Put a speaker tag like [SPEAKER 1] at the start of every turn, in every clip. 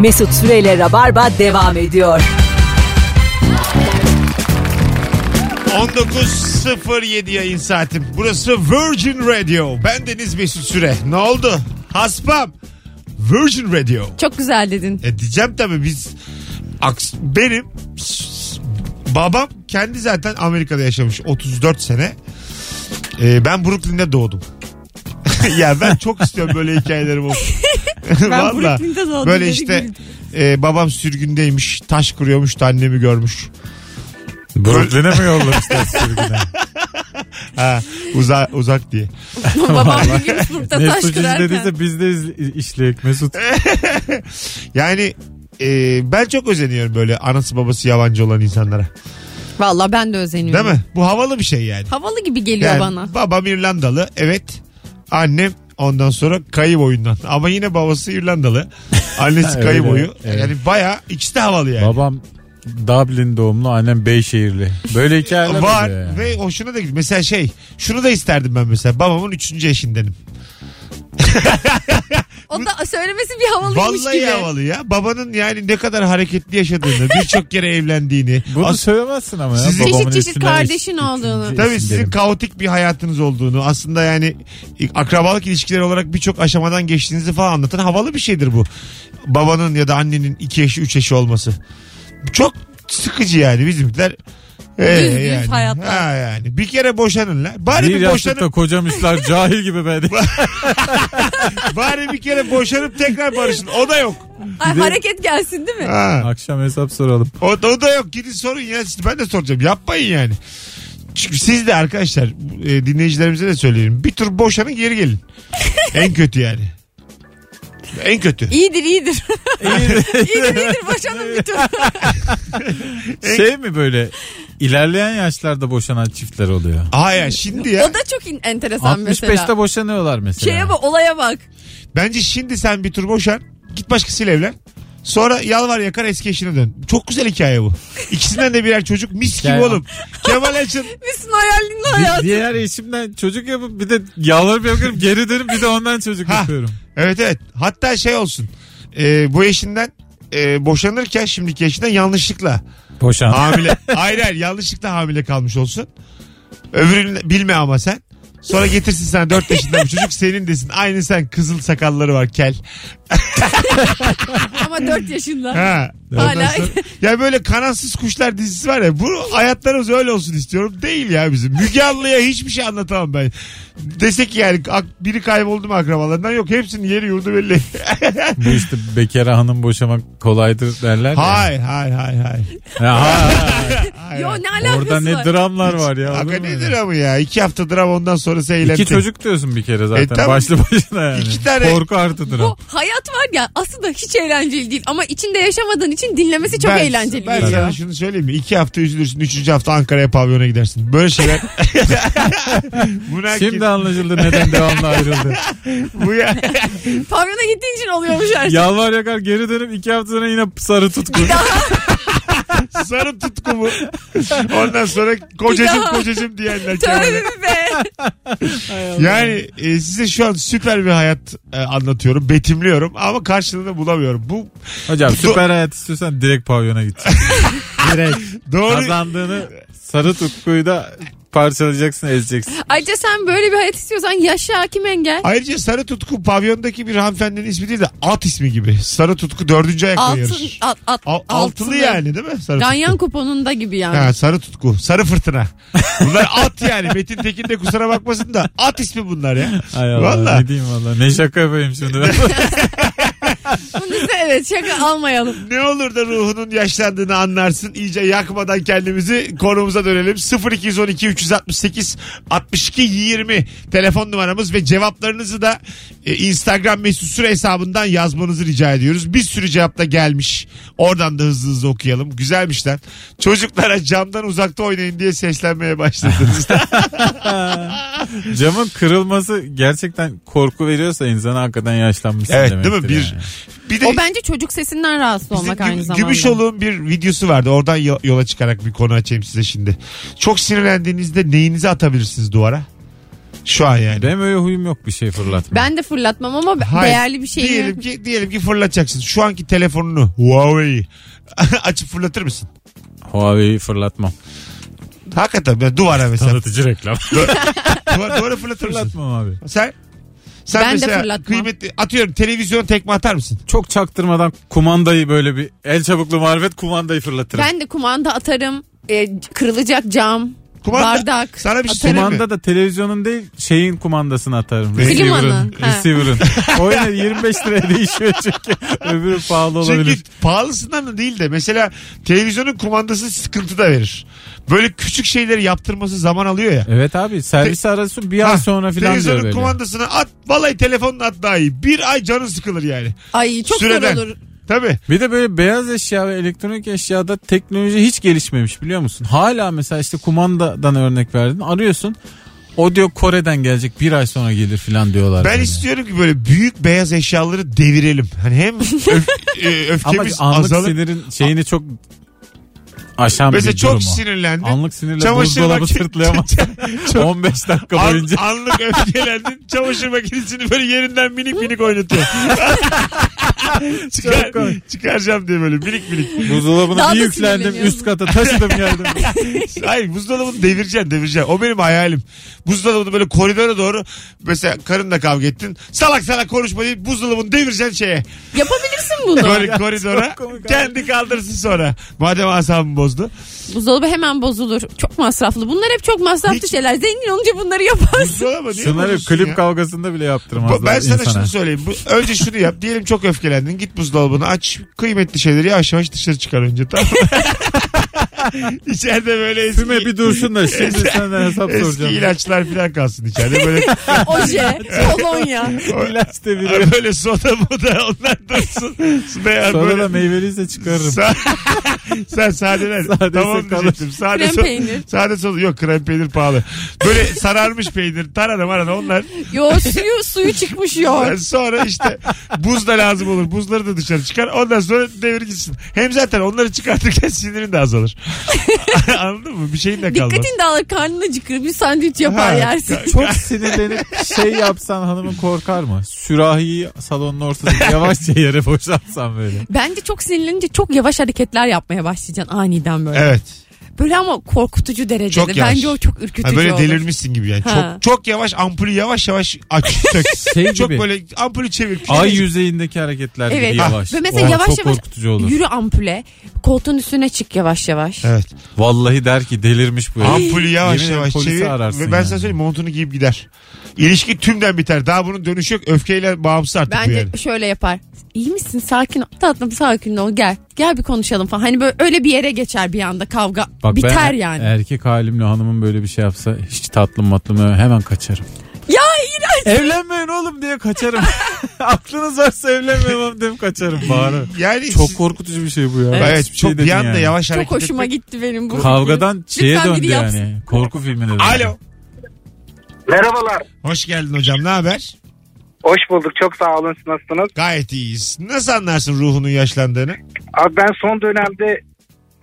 [SPEAKER 1] Mesut Süreyle Rabarba devam ediyor.
[SPEAKER 2] 19.07 yayın saatim. Burası Virgin Radio. Ben Deniz Mesut Süre. Ne oldu? Haspam. Virgin Radio.
[SPEAKER 3] Çok güzel dedin.
[SPEAKER 2] E diyeceğim tabii biz aks- benim s- babam kendi zaten Amerika'da yaşamış 34 sene. E, ben Brooklyn'de doğdum. ya ben çok istiyorum böyle hikayelerim olsun.
[SPEAKER 3] Ben
[SPEAKER 2] Valla.
[SPEAKER 3] Brooklyn'de doğdum
[SPEAKER 2] Böyle
[SPEAKER 3] dedi,
[SPEAKER 2] işte
[SPEAKER 3] güldüm.
[SPEAKER 2] e, babam sürgündeymiş, taş kuruyormuş da annemi görmüş.
[SPEAKER 4] Brooklyn'e mi yollamışlar sürgüne?
[SPEAKER 2] Ha, uza, uzak diye.
[SPEAKER 3] Babam bir gün Burk'ta taş
[SPEAKER 4] Mesut
[SPEAKER 3] kırarken.
[SPEAKER 4] izlediyse biz de iz- işleyek Mesut.
[SPEAKER 2] Yani e, ben çok özeniyorum böyle anası babası yabancı olan insanlara.
[SPEAKER 3] Valla ben de
[SPEAKER 2] Değil
[SPEAKER 3] özeniyorum.
[SPEAKER 2] mi? Bu havalı bir şey yani.
[SPEAKER 3] Havalı gibi geliyor
[SPEAKER 2] yani
[SPEAKER 3] bana.
[SPEAKER 2] Babam İrlandalı evet. Annem ondan sonra kayı boyundan. Ama yine babası İrlandalı. Annesi kayı
[SPEAKER 4] Öyle,
[SPEAKER 2] boyu.
[SPEAKER 4] evet.
[SPEAKER 2] Yani baya ikisi de havalı yani.
[SPEAKER 4] Babam Dublin doğumlu annem Beyşehirli. Böyle hikayeler
[SPEAKER 2] Var
[SPEAKER 4] oluyor ya.
[SPEAKER 2] ve hoşuna da gidiyor. Mesela şey şunu da isterdim ben mesela babamın üçüncü eşindenim.
[SPEAKER 3] O da söylemesi bir havalıymış
[SPEAKER 2] Vallahi
[SPEAKER 3] gibi.
[SPEAKER 2] havalı ya. Babanın yani ne kadar hareketli yaşadığını birçok kere evlendiğini.
[SPEAKER 4] Bunu
[SPEAKER 2] as-
[SPEAKER 4] söylemezsin ama ya.
[SPEAKER 2] Sizin-
[SPEAKER 4] babamın
[SPEAKER 3] Çeşit çeşit
[SPEAKER 4] üstüne
[SPEAKER 3] kardeşin
[SPEAKER 4] üç-
[SPEAKER 3] olduğunu.
[SPEAKER 4] üçüncü
[SPEAKER 2] Tabii
[SPEAKER 4] isim
[SPEAKER 2] sizin
[SPEAKER 4] derim.
[SPEAKER 2] kaotik bir hayatınız olduğunu aslında yani akrabalık ilişkileri olarak birçok aşamadan geçtiğinizi falan anlatan havalı bir şeydir bu. Babanın ya da annenin iki eşi üç eşi olması. Çok sıkıcı yani bizimkiler. Ee,
[SPEAKER 3] Düz düz hayatlar.
[SPEAKER 2] Ha yani. Bir kere boşanırlar. Bari
[SPEAKER 4] Bir
[SPEAKER 2] bir,
[SPEAKER 4] yaşlıkta
[SPEAKER 2] boşanıp,
[SPEAKER 4] kocam üstler cahil gibi be.
[SPEAKER 2] bari bir kere boşanıp tekrar barışın. O da yok.
[SPEAKER 3] Ay, hareket gelsin değil mi?
[SPEAKER 2] Ha.
[SPEAKER 4] Akşam hesap soralım.
[SPEAKER 2] O, o da yok. Gidin sorun ya. Siz- Ben de soracağım. Yapmayın yani. Çünkü siz de arkadaşlar e, dinleyicilerimize de söyleyelim. Bir tur boşanın geri gelin. en kötü yani. En kötü.
[SPEAKER 3] İyidir iyidir. iyidir iyidir boşanın bir tur.
[SPEAKER 2] E-
[SPEAKER 4] şey mi böyle ilerleyen yaşlarda boşanan çiftler oluyor.
[SPEAKER 2] Hayır şimdi ya.
[SPEAKER 3] O da çok in- enteresan
[SPEAKER 4] 65'te
[SPEAKER 3] mesela.
[SPEAKER 4] boşanıyorlar mesela.
[SPEAKER 3] Şeye bak olaya bak.
[SPEAKER 2] Bence şimdi sen bir tur boşan. Git başkasıyla evlen. Sonra yalvar yakar eski eşine dön. Çok güzel hikaye bu. İkisinden de birer çocuk mis gibi
[SPEAKER 4] Hikaye-
[SPEAKER 2] oğlum. Kemal Açın.
[SPEAKER 3] Müslüm hayalinin
[SPEAKER 4] Bir
[SPEAKER 3] hayatı.
[SPEAKER 4] diğer eşimden çocuk yapıp bir de yalvarıp yakarım geri dönüp bir de ondan çocuk
[SPEAKER 2] Ha.
[SPEAKER 4] yapıyorum.
[SPEAKER 2] Evet evet. Hatta şey olsun. E, bu eşinden e, boşanırken şimdiki eşinden yanlışlıkla
[SPEAKER 4] Boşan.
[SPEAKER 2] hamile. hayır hayır yanlışlıkla hamile kalmış olsun. Öbürünü bilme ama sen. Sonra getirsin sana 4 yaşında bir çocuk senin desin. Aynı sen kızıl sakalları var kel.
[SPEAKER 3] Ama 4 yaşında.
[SPEAKER 2] Ha.
[SPEAKER 3] Hala
[SPEAKER 2] Ya böyle kanatsız kuşlar dizisi var ya. Bu hayatlarımız öyle olsun istiyorum. Değil ya bizim. Müge Anlı'ya hiçbir şey anlatamam ben. Desek ki yani ak- biri kayboldu mu akrabalarından? Yok hepsinin yeri yurdu belli.
[SPEAKER 4] Bu işte bekara hanım boşamak kolaydır derler ya.
[SPEAKER 2] hayır hayır hayır hayır.
[SPEAKER 4] Ha, ha, ha.
[SPEAKER 2] hayır.
[SPEAKER 3] Yo
[SPEAKER 2] hayır.
[SPEAKER 3] ne alakası
[SPEAKER 4] Orada ne
[SPEAKER 3] var?
[SPEAKER 4] dramlar var ya. olur
[SPEAKER 2] Aga
[SPEAKER 4] mu
[SPEAKER 2] nedir
[SPEAKER 4] öyle?
[SPEAKER 2] ama ya? İki hafta dram ondan sonrası eğlence.
[SPEAKER 4] İki çocuk diyorsun bir kere zaten.
[SPEAKER 2] E, tamam.
[SPEAKER 4] Başlı başına yani.
[SPEAKER 2] İki tane-
[SPEAKER 4] Korku artı dram.
[SPEAKER 3] Bu hayat var ya aslında hiç eğlenceli değil ama içinde yaşamadığın için dinlemesi E, çok eğlenceli
[SPEAKER 2] ben
[SPEAKER 3] geliyor.
[SPEAKER 2] sana şunu söyleyeyim mi? İki hafta üzülürsün. Üçüncü hafta Ankara'ya pavyona gidersin. Böyle şeyler. Buna herkes-
[SPEAKER 4] Şimdi anlaşıldı neden devamlı ayrıldı.
[SPEAKER 2] bu ya.
[SPEAKER 3] Pavyona gittiğin için oluyormuş her şey.
[SPEAKER 4] Yalvar yakar geri dönüp iki hafta sonra yine sarı tutku.
[SPEAKER 2] Sarı tutku bu. Ondan sonra
[SPEAKER 3] Bir
[SPEAKER 2] kocacım
[SPEAKER 3] daha.
[SPEAKER 2] kocacım diyenler. Kemal'e.
[SPEAKER 3] Tövbe be.
[SPEAKER 2] Yani e, size şu an süper bir hayat e, anlatıyorum. Betimliyorum ama karşılığını bulamıyorum. Bu
[SPEAKER 4] Hocam süper hayat istiyorsan direkt pavyona git. direkt.
[SPEAKER 2] doğru.
[SPEAKER 4] Kazandığını sarı tutkuyu da parçalayacaksın ezeceksin.
[SPEAKER 3] Ayrıca sen böyle bir hayat istiyorsan yaşa kim engel?
[SPEAKER 2] Ayrıca Sarı Tutku pavyondaki bir hanımefendinin ismi değil de alt ismi gibi. Sarı Tutku dördüncü ayakla
[SPEAKER 3] Altın,
[SPEAKER 2] yarışır.
[SPEAKER 3] at, at,
[SPEAKER 2] Al- altılı, yani değil mi? Sarı
[SPEAKER 3] Ganyan kuponunda gibi yani.
[SPEAKER 2] Ha, sarı tutku. Sarı fırtına. Bunlar at yani. Metin Tekin de kusura bakmasın da at ismi bunlar ya.
[SPEAKER 4] Ay Allah,
[SPEAKER 2] Valla.
[SPEAKER 4] Ne diyeyim valla. Ne şaka yapayım şimdi ben.
[SPEAKER 3] Bunu da evet şaka almayalım.
[SPEAKER 2] Ne olur da ruhunun yaşlandığını anlarsın. İyice yakmadan kendimizi konumuza dönelim. 0212 368 62 20 telefon numaramız ve cevaplarınızı da e, Instagram mesut süre hesabından yazmanızı rica ediyoruz. Bir sürü cevap da gelmiş. Oradan da hızlı hızlı okuyalım. Güzelmiş lan. Çocuklara camdan uzakta oynayın diye seslenmeye başladınız.
[SPEAKER 4] Camın kırılması gerçekten korku veriyorsa insana hakikaten yaşlanmışsın
[SPEAKER 2] evet
[SPEAKER 4] demektir.
[SPEAKER 2] değil mi? Bir,
[SPEAKER 4] yani.
[SPEAKER 2] bir de
[SPEAKER 3] O bence çocuk sesinden rahatsız
[SPEAKER 2] Bizim
[SPEAKER 3] olmak aynı
[SPEAKER 2] Güm-
[SPEAKER 3] zamanda.
[SPEAKER 2] Gümüşoğlu'nun bir videosu vardı. Oradan yo- yola çıkarak bir konu açayım size şimdi. Çok sinirlendiğinizde neyinizi atabilirsiniz duvara? Şu an yani.
[SPEAKER 4] Benim öyle huyum yok bir şey fırlatma.
[SPEAKER 3] Ben de fırlatmam ama be-
[SPEAKER 2] Hayır.
[SPEAKER 3] değerli bir şey
[SPEAKER 2] Diyelim
[SPEAKER 3] mi?
[SPEAKER 2] ki, diyelim ki fırlatacaksın. Şu anki telefonunu Huawei açıp fırlatır mısın?
[SPEAKER 4] Huawei'yi fırlatmam.
[SPEAKER 2] Hakikaten ben duvara mesela.
[SPEAKER 4] Tanıtıcı reklam.
[SPEAKER 2] Duvara, duvara fırlatır mısın?
[SPEAKER 4] Fırlatmam abi.
[SPEAKER 2] Sen sen
[SPEAKER 3] Ben de
[SPEAKER 2] mesela
[SPEAKER 3] fırlatmam.
[SPEAKER 2] kıymetli atıyorum televizyon tekme atar mısın?
[SPEAKER 4] Çok çaktırmadan kumandayı böyle bir el çabuklu marifet kumandayı fırlatırım.
[SPEAKER 3] Ben de kumanda atarım. E, kırılacak cam.
[SPEAKER 2] Kumanda-
[SPEAKER 3] Bardak.
[SPEAKER 2] Sana bir şey
[SPEAKER 3] atarım.
[SPEAKER 2] söyleyeyim mi?
[SPEAKER 4] Kumanda da televizyonun değil şeyin kumandasını atarım.
[SPEAKER 2] Klimanı,
[SPEAKER 4] Receiver'ın.
[SPEAKER 3] ha.
[SPEAKER 4] Receiver'ın. o yine 25 liraya değişiyor çünkü. Öbürü pahalı olabilir.
[SPEAKER 2] Çünkü pahalısından da değil de mesela televizyonun kumandası sıkıntı da verir. Böyle küçük şeyleri yaptırması zaman alıyor ya.
[SPEAKER 4] Evet abi servis arası bir ay
[SPEAKER 2] Ha,
[SPEAKER 4] sonra filan diyor
[SPEAKER 2] Ah, Televizyonun
[SPEAKER 4] böyle.
[SPEAKER 2] kumandasını at vallahi telefonla at daha iyi. Bir ay canın sıkılır yani.
[SPEAKER 3] Ay çok
[SPEAKER 2] Süreden.
[SPEAKER 3] zor olur.
[SPEAKER 2] Tabii.
[SPEAKER 4] Bir de böyle beyaz eşya ve elektronik eşyada teknoloji hiç gelişmemiş biliyor musun? Hala mesela işte kumandadan örnek verdin. Arıyorsun. O diyor Kore'den gelecek bir ay sonra gelir filan diyorlar.
[SPEAKER 2] Ben
[SPEAKER 4] böyle.
[SPEAKER 2] istiyorum ki böyle büyük beyaz eşyaları devirelim. Hani hem öf- e,
[SPEAKER 4] Ama
[SPEAKER 2] öfkemiz
[SPEAKER 4] anlık
[SPEAKER 2] azalır.
[SPEAKER 4] sinirin şeyini çok aşan
[SPEAKER 2] Mesela
[SPEAKER 4] bir
[SPEAKER 2] çok
[SPEAKER 4] durum o.
[SPEAKER 2] sinirlendin.
[SPEAKER 4] Anlık sinirle
[SPEAKER 2] Çamaşır
[SPEAKER 4] buzdolabı
[SPEAKER 2] makinesi-
[SPEAKER 4] sırtlayamazsın. 15 dakika
[SPEAKER 2] An-
[SPEAKER 4] boyunca.
[SPEAKER 2] anlık öfkelendin. Çamaşır makinesini böyle yerinden minik minik oynatıyor. Çıkar, çıkaracağım diye böyle minik minik.
[SPEAKER 4] Buzdolabına
[SPEAKER 3] Daha
[SPEAKER 4] bir
[SPEAKER 3] da
[SPEAKER 4] yüklendim
[SPEAKER 3] sinirleniyorum.
[SPEAKER 4] üst kata taşıdım geldim.
[SPEAKER 2] Hayır buzdolabını devireceksin devireceksin. O benim hayalim. Buzdolabını böyle koridora doğru mesela karınla kavga ettin. Salak salak konuşma deyip buzdolabını devireceksin şeye.
[SPEAKER 3] Yapabilirsin bunu.
[SPEAKER 2] Kori- koridora. Kendi kaldırsın sonra. Madem asabımı bozdu.
[SPEAKER 3] Buzdolabı hemen bozulur. Çok masraflı. Bunlar hep çok masraflı
[SPEAKER 2] Hiç-
[SPEAKER 3] şeyler. Zengin olunca bunları yaparsın.
[SPEAKER 2] Buzdolabı niye
[SPEAKER 4] Şunları
[SPEAKER 2] bozuyorsun
[SPEAKER 4] klip
[SPEAKER 2] ya?
[SPEAKER 4] kavgasında bile yaptırmazlar
[SPEAKER 2] Ben sana
[SPEAKER 4] insana.
[SPEAKER 2] şunu söyleyeyim. Bu, önce şunu yap. Diyelim çok öfkelendin. Git buzdolabını aç. Kıymetli şeyleri yavaş yavaş dışarı çıkar önce. Tamam mı? İçeride böyle eski,
[SPEAKER 4] Füme bir dursun da şimdi senden hesap
[SPEAKER 2] eski
[SPEAKER 4] soracağım.
[SPEAKER 2] ilaçlar falan kalsın içeride. Böyle,
[SPEAKER 3] Oje, şey, kolonya.
[SPEAKER 4] İlaç da biliyorum.
[SPEAKER 2] böyle soda moda onlar dursun. Veya
[SPEAKER 4] Sonra
[SPEAKER 2] böyle-
[SPEAKER 4] da meyveliyse çıkarırım.
[SPEAKER 2] Sa- Sen sadeler.
[SPEAKER 4] Sadesi
[SPEAKER 2] tamam
[SPEAKER 4] kalır.
[SPEAKER 2] diyecektim. Sade
[SPEAKER 3] Krem
[SPEAKER 2] so-
[SPEAKER 3] peynir.
[SPEAKER 2] Sade so- yok krem peynir pahalı. Böyle sararmış peynir. Tarhana marana onlar.
[SPEAKER 3] Yo suyu, suyu çıkmış
[SPEAKER 2] Yani
[SPEAKER 3] yoğurt.
[SPEAKER 2] sonra işte buz da lazım olur. Buzları da dışarı çıkar. Ondan sonra devir gitsin. Hem zaten onları çıkartırken sinirin de azalır. Anladın mı? Bir şeyin de kalmaz.
[SPEAKER 3] Dikkatin dağılır karnın acıkır bir sandviç yapar
[SPEAKER 2] Ha,
[SPEAKER 3] yersin.
[SPEAKER 4] Çok sinirlenip şey yapsan hanımın korkar mı? Sürahiyi salonun ortasında yavaşça yere boşaltsan böyle.
[SPEAKER 3] Bence çok sinirlenince çok yavaş hareketler yapmaya başlayacaksın aniden böyle.
[SPEAKER 2] Evet.
[SPEAKER 3] Böyle ama korkutucu derecede.
[SPEAKER 2] Çok yavaş.
[SPEAKER 3] Bence o çok ürkütücü
[SPEAKER 2] Ha böyle
[SPEAKER 3] olur.
[SPEAKER 2] delirmişsin gibi yani.
[SPEAKER 3] Ha.
[SPEAKER 2] Çok çok yavaş ampulü yavaş yavaş aç sök.
[SPEAKER 4] Şey
[SPEAKER 2] çok
[SPEAKER 4] gibi.
[SPEAKER 2] böyle şey- ampulü çevir.
[SPEAKER 4] Ay yüzeyindeki hareketler
[SPEAKER 3] Evet.
[SPEAKER 4] gibi yavaş.
[SPEAKER 3] Ve mesela
[SPEAKER 4] O
[SPEAKER 3] yavaş
[SPEAKER 4] çok
[SPEAKER 3] yavaş
[SPEAKER 4] korkutucu olur.
[SPEAKER 3] Yürü ampule. Koltuğun üstüne çık yavaş yavaş.
[SPEAKER 2] Evet.
[SPEAKER 4] Vallahi der ki delirmiş bu. herif.
[SPEAKER 2] Ampulü yavaş
[SPEAKER 4] Yemin ederim
[SPEAKER 2] yavaş
[SPEAKER 4] polisi
[SPEAKER 2] çevir.
[SPEAKER 4] ararsın
[SPEAKER 2] Ve ben
[SPEAKER 4] yani.
[SPEAKER 2] sana söyleyeyim montunu giyip gider. İlişki tümden biter. Daha bunun dönüşü yok. Öfkeyle bağımsız artık bu
[SPEAKER 3] Bence
[SPEAKER 2] yani.
[SPEAKER 3] şöyle yapar. İyi misin? Sakin ol. Tatlım sakin ol. Gel. Gel bir konuşalım falan. Hani böyle öyle bir yere geçer bir anda kavga.
[SPEAKER 4] Bak
[SPEAKER 3] Biter
[SPEAKER 4] ben
[SPEAKER 3] yani.
[SPEAKER 4] Erkek halimle hanımın böyle bir şey yapsa hiç tatlım matlım yok, hemen kaçarım.
[SPEAKER 3] Ya iğrenç.
[SPEAKER 4] Evlenmeyin oğlum diye kaçarım. Aklınız varsa evlenmeyin oğlum diye kaçarım bağırı.
[SPEAKER 2] Yani
[SPEAKER 4] Çok
[SPEAKER 2] siz-
[SPEAKER 4] korkutucu bir şey bu ya.
[SPEAKER 2] Evet,
[SPEAKER 4] Hiçbir
[SPEAKER 2] çok
[SPEAKER 4] şey
[SPEAKER 2] bir
[SPEAKER 4] dedin
[SPEAKER 2] anda
[SPEAKER 4] yani.
[SPEAKER 2] yavaş
[SPEAKER 3] Çok
[SPEAKER 2] hareket
[SPEAKER 3] hoşuma
[SPEAKER 2] etmek-
[SPEAKER 3] gitti benim bu.
[SPEAKER 4] Kavgadan
[SPEAKER 3] fikir.
[SPEAKER 4] şeye
[SPEAKER 3] Lütfen
[SPEAKER 4] döndü
[SPEAKER 3] biri yapsın.
[SPEAKER 4] yani. Korku filmine döndü.
[SPEAKER 2] Alo.
[SPEAKER 5] Merhabalar.
[SPEAKER 2] Hoş geldin hocam. Ne haber?
[SPEAKER 5] Hoş bulduk. Çok sağ olun. Siz Nasılsınız?
[SPEAKER 2] Gayet iyiyiz. Nasıl anlarsın ruhunun yaşlandığını?
[SPEAKER 5] Abi ben son dönemde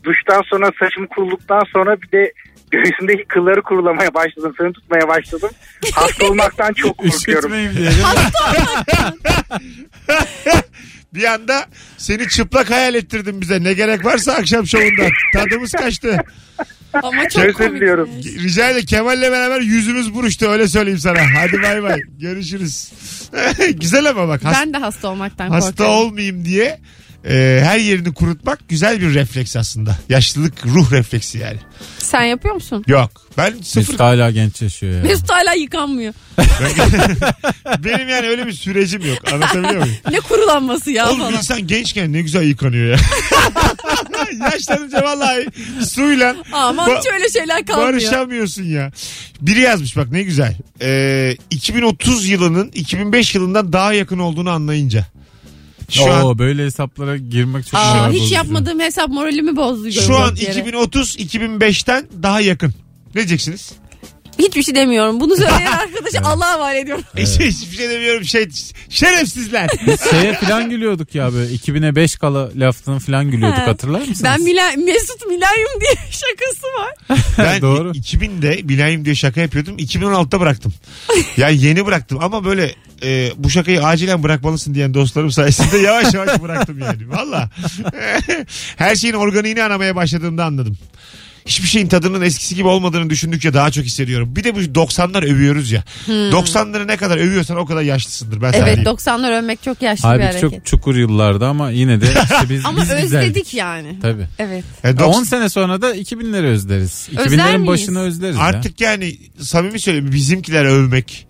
[SPEAKER 5] duştan sonra saçımı kurulduktan sonra bir de göğsümdeki kılları kurulamaya başladım. Fön tutmaya başladım. Hasta olmaktan çok korkuyorum.
[SPEAKER 4] Üşütmeyeyim diye. değil mi?
[SPEAKER 2] Bir anda seni çıplak hayal ettirdin bize. Ne gerek varsa akşam şovunda. Tadımız kaçtı.
[SPEAKER 3] Ama
[SPEAKER 5] Özür
[SPEAKER 3] çok komik.
[SPEAKER 5] diliyorum.
[SPEAKER 2] Rica ederim Kemal'le beraber yüzümüz buruştu öyle söyleyeyim sana. Hadi bay bay. Görüşürüz. Güzel ama bak. Hasta,
[SPEAKER 3] Ben de hasta olmaktan
[SPEAKER 2] hasta
[SPEAKER 3] korkuyorum.
[SPEAKER 2] olmayayım diye e, her yerini kurutmak güzel bir refleks aslında. Yaşlılık ruh refleksi yani.
[SPEAKER 3] Sen yapıyor musun?
[SPEAKER 2] Yok. Ben sıfır.
[SPEAKER 4] Mesut hala genç yaşıyor ya.
[SPEAKER 3] Mesut hala yıkanmıyor.
[SPEAKER 2] Benim yani öyle bir sürecim yok. Anlatabiliyor muyum?
[SPEAKER 3] Ne kurulanması ya
[SPEAKER 2] Oğlum
[SPEAKER 3] falan.
[SPEAKER 2] insan gençken ne güzel yıkanıyor ya. Yaşlanınca vallahi suyla
[SPEAKER 3] Aman hiç öyle şeyler kalmıyor.
[SPEAKER 2] barışamıyorsun ya. Biri yazmış bak ne güzel. Ee, 2030 yılının 2005 yılından daha yakın olduğunu anlayınca. Şu
[SPEAKER 4] Oo,
[SPEAKER 2] an
[SPEAKER 4] böyle hesaplara girmek çok
[SPEAKER 3] Aa,
[SPEAKER 4] moral
[SPEAKER 3] hiç
[SPEAKER 4] bozucu.
[SPEAKER 3] yapmadığım hesap moralimi bozdu.
[SPEAKER 2] şu an
[SPEAKER 3] gördüğüm yere.
[SPEAKER 2] 2030 2005'ten daha yakın. Ne diyeceksiniz?
[SPEAKER 3] Hiçbir şey demiyorum. Bunu söyleyen arkadaşı Allah'a var ediyorum.
[SPEAKER 2] Hiçbir şey demiyorum şey şerefsizler.
[SPEAKER 4] Şeye falan gülüyorduk ya böyle 2000'e 5 kala laftan falan gülüyorduk
[SPEAKER 3] Ha.
[SPEAKER 4] hatırlar mısınız?
[SPEAKER 3] Ben Mila- Mesut Milenyum diye şakası var.
[SPEAKER 2] Ben
[SPEAKER 4] Doğru.
[SPEAKER 2] 2000'de bileyim diye şaka yapıyordum. 2016'da bıraktım. Ya yeni bıraktım ama böyle e, bu şakayı acilen bırakmalısın diyen dostlarım sayesinde yavaş yavaş bıraktım yani. Valla. Her şeyin organiğini aramaya başladığımda anladım. Hiçbir şeyin tadının eskisi gibi olmadığını düşündükçe daha çok hissediyorum. Bir de bu 90'lar övüyoruz ya. 90'ları ne kadar övüyorsan o kadar yaşlısındır ben sana
[SPEAKER 3] Evet
[SPEAKER 2] diyeyim.
[SPEAKER 3] 90'lar ölmek çok yaşlı bir
[SPEAKER 4] Halbuki
[SPEAKER 3] hareket.
[SPEAKER 4] çok çukur yıllarda ama yine de işte biz,
[SPEAKER 3] Ama
[SPEAKER 4] biz
[SPEAKER 3] özledik
[SPEAKER 4] güzeldik.
[SPEAKER 3] yani.
[SPEAKER 4] Tabii.
[SPEAKER 3] Evet.
[SPEAKER 2] Yani
[SPEAKER 4] Ya
[SPEAKER 2] 90
[SPEAKER 4] 10 sene sonra da 2000'leri özleriz.
[SPEAKER 3] Özler
[SPEAKER 4] 2000'lerin
[SPEAKER 3] miyiz?
[SPEAKER 4] başını özleriz ya.
[SPEAKER 2] Artık yani samimi söyleyeyim bizimkiler övmek